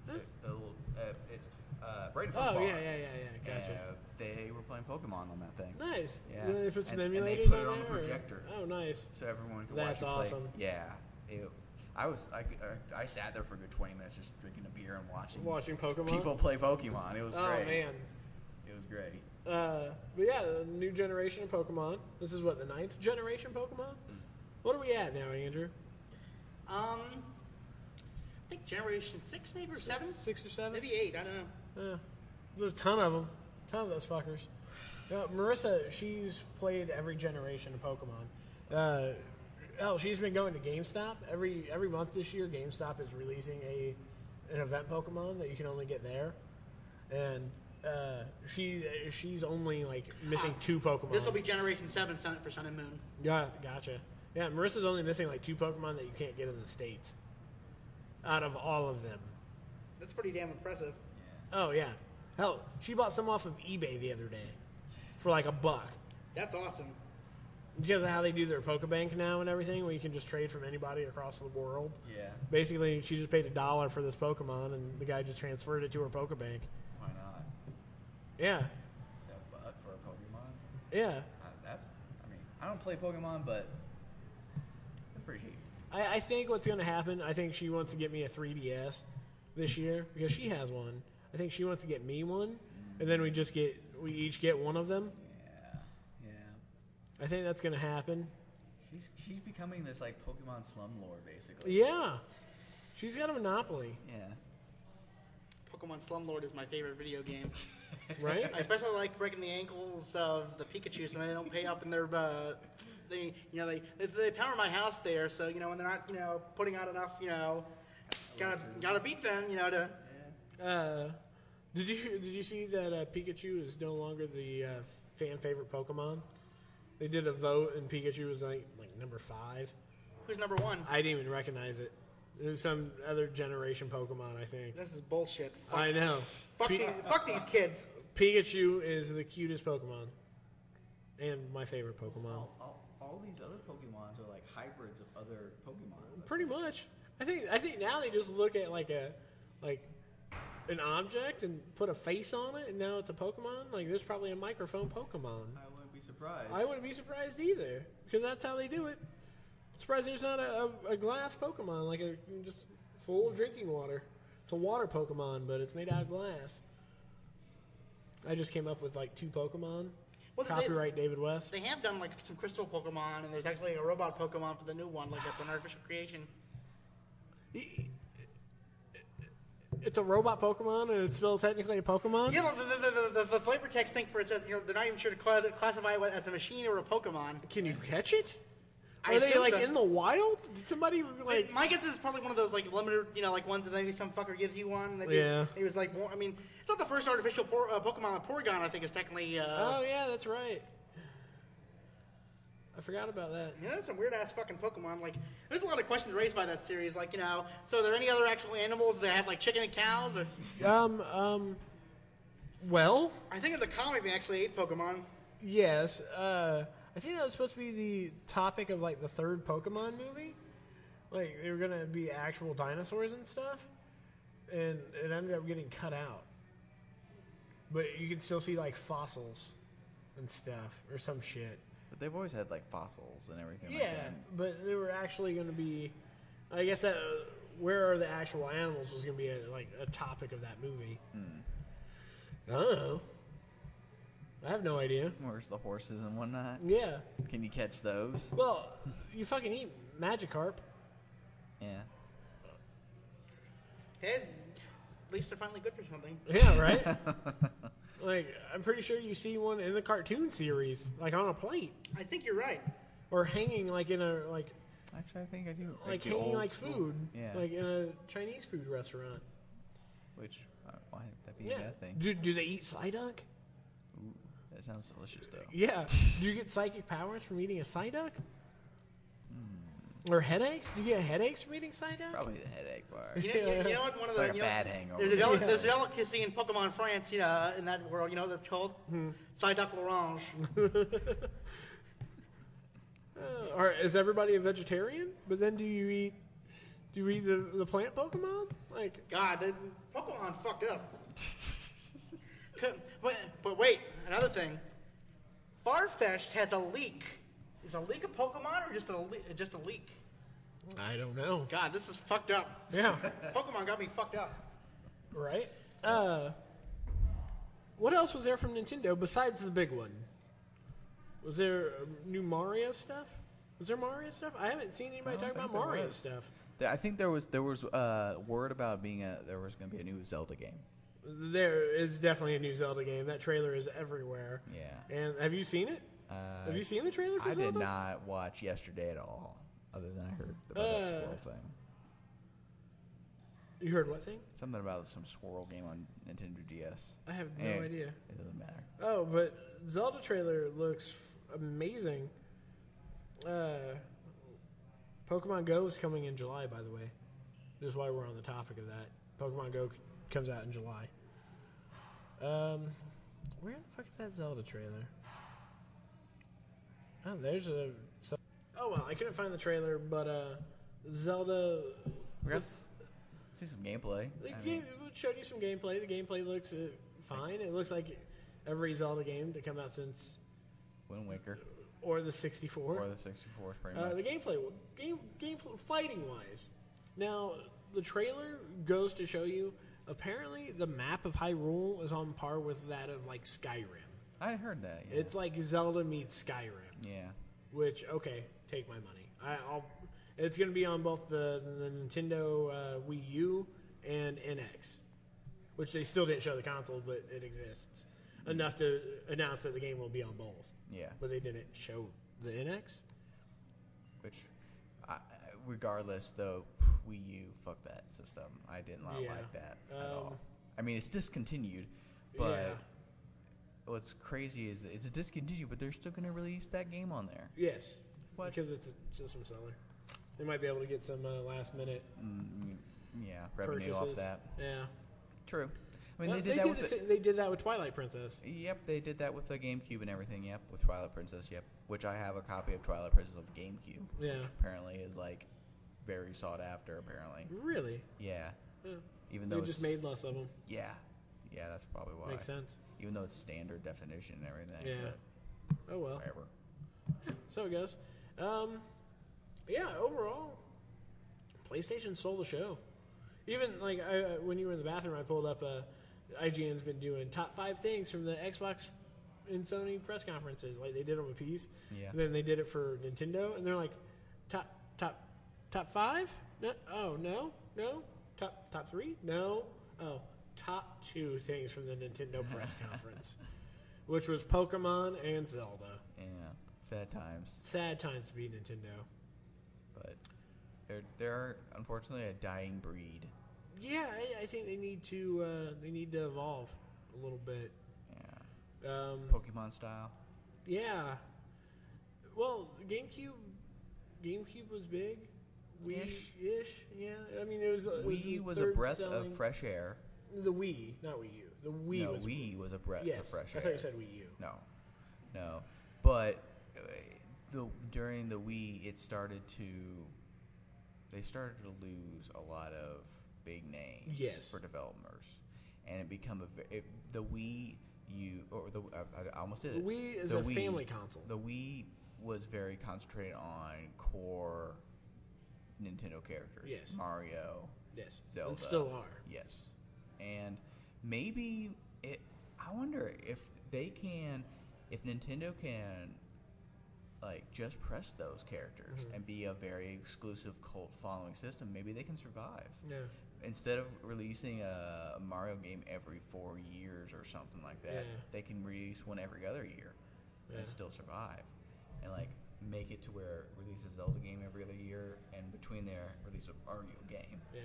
S1: Huh?
S3: The little, uh, it's uh, right in front of
S1: Hmm? Oh
S3: the bar.
S1: yeah, yeah, yeah, yeah. Gotcha.
S3: Uh, they were playing Pokemon on that thing.
S1: Nice.
S3: Yeah.
S1: Yeah. They put some
S3: And- and they
S1: emulators
S3: put it
S1: on
S3: on the
S1: there, or-
S3: projector.
S1: Oh, nice.
S3: so everyone could
S1: That's
S3: watch you
S1: awesome.
S3: play. Yeah, it, I was I, I, I sat there for a good twenty minutes just drinking a beer and watching
S1: Watching Pokemon.
S3: people play Pokemon. It was
S1: oh
S3: great.
S1: man.
S3: It was great.
S1: Uh, but yeah, the new generation of Pokemon. This is what the ninth generation Pokemon.
S3: Hmm.
S1: What are we at now, Andrew?
S2: Um, I think generation six maybe or seven,
S1: Six or seven?
S2: maybe eight. I don't know.
S1: Yeah. Eh, There's a ton of them. Ton of those fuckers. Uh, Marissa, she's played every generation of Pokemon. Uh, hell, she's been going to GameStop every every month this year. GameStop is releasing a an event Pokemon that you can only get there, and uh, she she's only like missing
S2: Ah,
S1: two Pokemon.
S2: This will be generation seven Sun for Sun and Moon.
S1: Yeah, gotcha. Yeah, Marissa's only missing like two Pokemon that you can't get in the states. Out of all of them.
S2: That's pretty damn impressive.
S1: Oh yeah. Hell, she bought some off of eBay the other day for like a buck.
S2: That's awesome.
S1: Because of how they do their Pokebank now and everything, where you can just trade from anybody across the world.
S3: Yeah,
S1: Basically, she just paid a dollar for this Pokemon, and the guy just transferred it to her Pokebank.
S3: why not?
S1: Yeah,
S3: That bug for a Pokemon.
S1: yeah.
S3: Uh, that's I mean I don't play Pokemon, but that's pretty cheap.
S1: I, I think what's going to happen, I think she wants to get me a 3DS this year because she has one. I think she wants to get me one, and then we just get we each get one of them.
S3: Yeah, yeah.
S1: I think that's going to happen.
S3: She's she's becoming this like Pokemon slumlord basically.
S1: Yeah, she's got a monopoly,
S3: Yeah.
S2: Pokemon Slumlord is my favorite video game.
S1: right?
S2: I especially like breaking the ankles of the Pikachu's when they don't pay up and they're uh, they you know they, they they power my house there. So you know when they're not you know putting out enough you know gotta gotta beat them you know to
S1: Uh, did you did you see that uh, Pikachu is no longer the uh, fan favorite Pokemon? They did a vote and Pikachu was like like number five.
S2: who's number one.
S1: I didn't even recognize it. It was some other generation Pokemon, I think.
S2: This is bullshit. Fuck,
S1: I know.
S2: fuck,
S1: Pi-
S2: these, fuck these kids.
S1: Pikachu is the cutest Pokemon, and my favorite Pokemon.
S3: All, all, all these other Pokemons are like hybrids of other Pokemon.
S1: Pretty much. I think I think now they just look at like a like an object and put a face on it, and now it's a Pokemon. Like there's probably a microphone Pokemon.
S3: I wouldn't be surprised.
S1: I wouldn't be surprised either, because that's how they do it. Surprised there's not a, a, a glass Pokemon, like a just full of drinking water. It's a water Pokemon, but it's made out of glass. I just came up with like two Pokemon.
S2: Well, they-
S1: Copyright David West.
S2: They have done like some crystal Pokemon and there's actually a robot Pokemon for the new one. Like it's an artificial creation.
S1: E, It's a robot Pokemon, and it's still technically a Pokemon.
S2: You know the the, the, the, the flavor text thing for it says you know they're not even sure to cla- classify it as a machine or a Pokemon.
S1: Can you catch it?
S2: I
S1: Are they
S2: assume
S1: like
S2: so.
S1: in the wild? Did somebody like?
S2: my guess is probably one of those like limited, you know, like ones that maybe some fucker gives you one. Maybe
S1: Yeah.
S2: It was like, more- I mean, it's not the first artificial por- uh, Pokemon. Porygon, I think, is technically. Uh,
S1: Oh yeah, that's right. I forgot about that.
S2: You know, there's some weird ass fucking Pokemon. Like, there's a lot of questions raised by that series. Like, you know, so are there any other actual animals that have like chicken and cows? Or
S1: Um, um, well,
S2: I think in the comic they actually ate Pokemon.
S1: yes. Uh, I think that was supposed to be the topic of like the third Pokemon movie. Like they were gonna be actual dinosaurs and stuff, and it ended up getting cut out. But you can still see like fossils and stuff or some shit.
S3: But they've always had like fossils and everything.
S1: Yeah,
S3: Like that.
S1: but they were actually going to be. I guess that uh, where are the actual animals was going to be a, like a topic of that movie.
S3: Hmm.
S1: I don't know. I have no idea.
S3: Where's the horses and whatnot?
S1: Yeah.
S3: Can you catch those?
S1: Well, you fucking eat Magikarp.
S3: Yeah.
S2: Hey, at least they're finally good for something.
S1: Yeah, right. Like, I'm pretty sure you see one in the cartoon series, like on a plate
S2: I think you're right.
S1: or hanging like in a like
S3: Actually, I think I do.
S1: like, hanging like food,
S3: Yeah.
S1: like in a Chinese food restaurant.
S3: Which, uh, why would that be
S1: Yeah.
S3: a bad thing?
S1: Do, do they eat Psyduck?
S3: That sounds delicious, though.
S1: Yeah. do you get psychic powers from eating a Psyduck?
S3: Hmm.
S1: Or headaches? Do you get headaches from eating Psyduck?
S3: Probably the headache bar.
S2: You know, you, you know what? One of the
S3: Like a
S2: you know,
S3: bad hangover.
S2: There's a, deli-
S3: Yeah.
S2: there's a delicacy in Pokemon France, you know, in that world. You know what that's called?
S1: Hmm.
S2: Psyduck l'orange.
S1: Uh, or is everybody a vegetarian? But then do you eat do you eat the, the plant Pokemon? Like
S2: God, the Pokemon fucked up. Couldn't- but, but wait, another thing. Farfetch'd has a leak. Is a leak a Pokemon or just a le- just a leak?
S1: I don't know.
S2: God, this is fucked up.
S1: Yeah.
S2: Pokemon got me fucked up.
S1: right? Uh what else was there from Nintendo besides the big one? Was there uh, new Mario stuff? Was there Mario stuff? I haven't seen anybody
S3: I
S1: talk
S3: don't
S1: about
S3: think there
S1: Mario
S3: was.
S1: stuff.
S3: There- I think there was there was uh, word about being a there was going to be a new Zelda game.
S1: There is definitely a new Zelda game. That trailer is everywhere.
S3: Yeah.
S1: And have you seen it?
S3: Uh,
S1: have you seen the trailer for
S3: I
S1: Zelda?
S3: did not watch yesterday at all, other than I heard about
S1: Uh.
S3: that squirrel thing.
S1: You heard what thing?
S3: Something about some squirrel game on Nintendo DS.
S1: I have no
S3: Eh,
S1: idea.
S3: It doesn't matter.
S1: Oh, but Zelda trailer looks f- amazing. Uh, Pokemon Go is coming in July, by the way. This is why we're on the topic of that. Pokemon Go c- comes out in July. Um, where the fuck is that Zelda trailer? Oh, there's a. so- Oh well, I couldn't find the trailer, but uh, Zelda.
S3: We got
S1: with-
S3: see some gameplay.
S1: the game
S3: I mean,
S1: it showed you some gameplay. The gameplay looks uh, fine. It looks like every Zelda game to come out since
S3: Wind Waker
S1: or the 64.
S3: or the 64 is pretty
S1: uh, the
S3: much.
S1: gameplay, game, game fighting wise. Now the trailer goes to show you. Apparently, the map of Hyrule is on par with that of like Skyrim.
S3: I heard that. Yeah.
S1: It's like Zelda meets Skyrim
S3: yeah.
S1: which okay, take my money. I, I'll. It's going to be on both the, the Nintendo uh, Wii U and NX, which they still didn't show the console, but it exists enough to announce that the game will be on both.
S3: Yeah.
S1: But they didn't show the NX.
S3: Which, I, regardless, though, Wii U, fuck that system. I did not
S1: Yeah.
S3: like that at
S1: Um,
S3: all. I mean, it's discontinued, but
S1: Yeah.
S3: what's crazy is that it's discontinued, but they're still going to release that game on there.
S1: Yes,
S3: What?
S1: because it's a system seller. They might be able to get some uh, last minute
S3: Mm, yeah, revenue
S1: purchases.
S3: off that.
S1: Yeah.
S3: True. I mean,
S1: Well,
S3: they did that with.
S1: the, sa- they did that with Twilight Princess.
S3: the- Yep, they did that with the GameCube and everything. Yep, with Twilight Princess. Yep, which I have a copy of Twilight Princess of GameCube. which
S1: Yeah.
S3: apparently is like very sought after. Apparently,
S1: Really?
S3: yeah.
S1: Yeah.
S3: Even though
S1: They just
S3: it's-
S1: made less of them.
S3: Yeah, yeah, that's probably why.
S1: Makes sense.
S3: Even though it's standard definition and everything.
S1: Yeah. Oh
S3: But
S1: well.
S3: whatever.
S1: So it goes. Um, yeah, overall, PlayStation stole the show. Even like I, I- when you were in the bathroom, I pulled up uh IGN's been doing top five things from the Xbox and Sony press conferences. Like they did them with P's.
S3: Yeah.
S1: And then they did it for Nintendo, and they're like, top, top, top five? No, oh no, no. Top, top three? No. Oh, top two things from the Nintendo press conference, which was Pokemon and Zelda.
S3: Yeah. Sad times,
S1: Sad times to be Nintendo.
S3: but they're they're unfortunately a dying breed.
S1: Yeah, I, I think they need to uh, they need to evolve a little bit.
S3: Yeah.
S1: Um,
S3: Pokemon style.
S1: yeah. Well, GameCube GameCube was big. Wii
S3: Ish.
S1: ish. Yeah. I mean, it was it was, the
S3: Wii was a
S1: third
S3: breath
S1: selling-
S3: of fresh air.
S1: The Wii, not Wii U. The Wii
S3: no,
S1: was
S3: Wii was a breath
S1: Yes,
S3: of fresh
S1: I
S3: air.
S1: thought you said Wii U.
S3: No, no. But uh, the during the Wii, it started to they started to lose a lot of big names
S1: Yes.
S3: for developers, and it become a ve- it, the Wii U or the I, I almost did
S1: The
S3: it.
S1: Wii is
S3: The
S1: a family console.
S3: The Wii was very concentrated on core Nintendo characters.
S1: Yes.
S3: Mario,
S1: Yes,
S3: Zelda.
S1: and still are.
S3: Yes. And maybe it I wonder if they can if Nintendo can like just press those characters
S1: Mm-hmm.
S3: and be a very exclusive cult following system. Maybe they can survive.
S1: Yeah.
S3: Instead of releasing a Mario game every four years or something like that,
S1: Yeah.
S3: they can release one every other year
S1: Yeah.
S3: and still survive. And like make it to where release a Zelda game every other year, and between there release a Mario game.
S1: Yeah.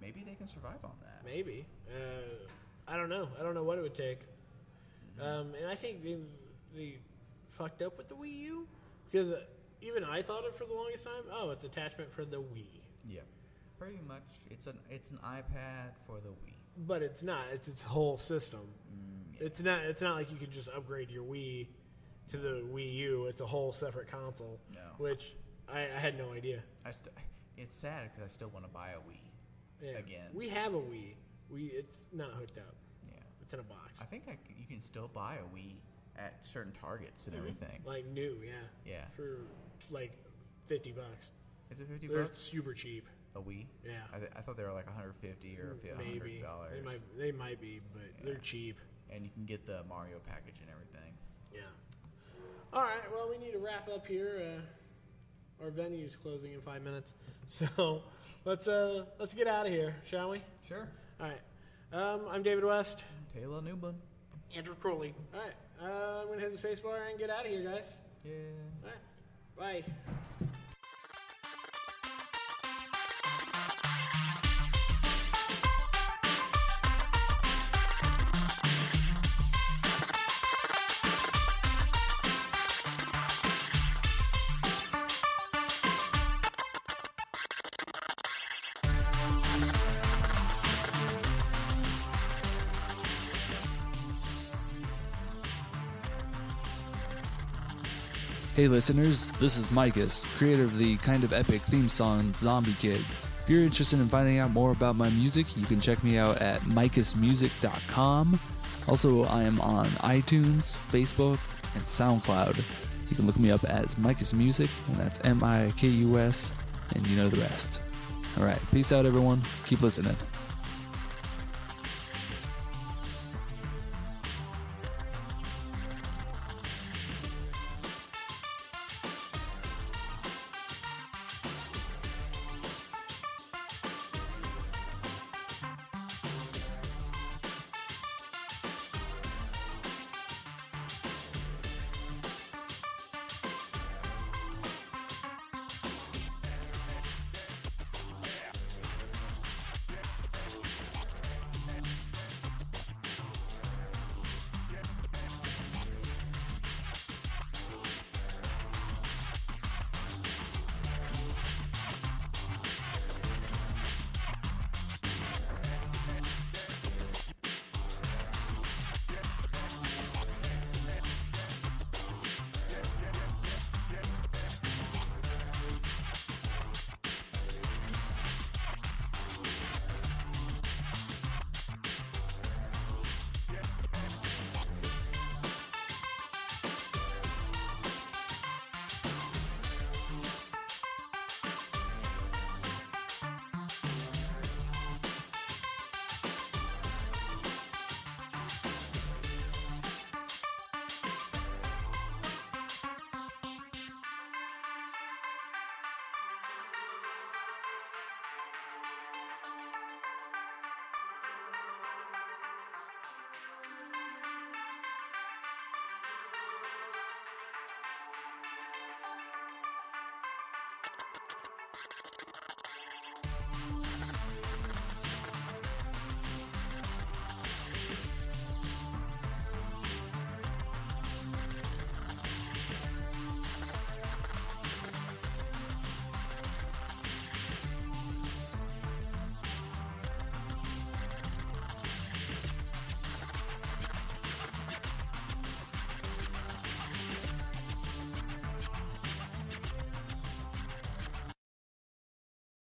S3: Maybe they can survive on that.
S1: Maybe. Uh, I don't know. I don't know what it would take.
S3: Mm-hmm.
S1: Um, and I think they, they fucked up with the Wii U because uh, even I thought it for the longest time. Oh, it's attachment for the Wii,
S3: Yeah, pretty much. It's an it's an iPad for the Wii.
S1: but it's not. It's its whole system.
S3: Mm.
S1: It's not. It's not like you could just upgrade your Wii to the Wii U. It's a whole separate console.
S3: No.
S1: Which I, I had no idea.
S3: I st- it's sad because I still want to buy a Wii.
S1: Yeah.
S3: Again.
S1: we have a Wii. We it's not hooked up.
S3: Yeah,
S1: It's in a box.
S3: I think I c you can still buy a Wii at certain Targets
S1: Mm-hmm.
S3: and everything.
S1: Like new, yeah.
S3: Yeah.
S1: For like fifty bucks.
S3: Is it fifty
S1: They're
S3: bucks
S1: super cheap.
S3: a Wii?
S1: Yeah.
S3: I, th- I thought they were like one hundred fifty or
S1: Maybe
S3: hundred
S1: they
S3: dollars,
S1: might they might be, but they're cheap.
S3: and you can get the Mario package and everything.
S1: Yeah. All right. Well, we need to wrap up here. Uh, our venue's closing in five minutes, so let's uh, let's get out of here, shall we?
S3: Sure.
S1: All right. Um, I'm David West.
S3: Taylor Newman.
S2: Andrew Crowley.
S1: All right. Uh, I'm gonna hit the space bar and get out of here, guys.
S3: Yeah.
S1: All right. Bye.
S9: Hey listeners, this is Micus, creator of the kind of epic theme song Zombie Kids. If you're interested in finding out more about my music, you can check me out at micusmusic.com. Also, I am on iTunes, Facebook, and SoundCloud. You can look me up as Micus Music, and that's M I K U S, and you know the rest. All right, peace out, everyone. Keep listening.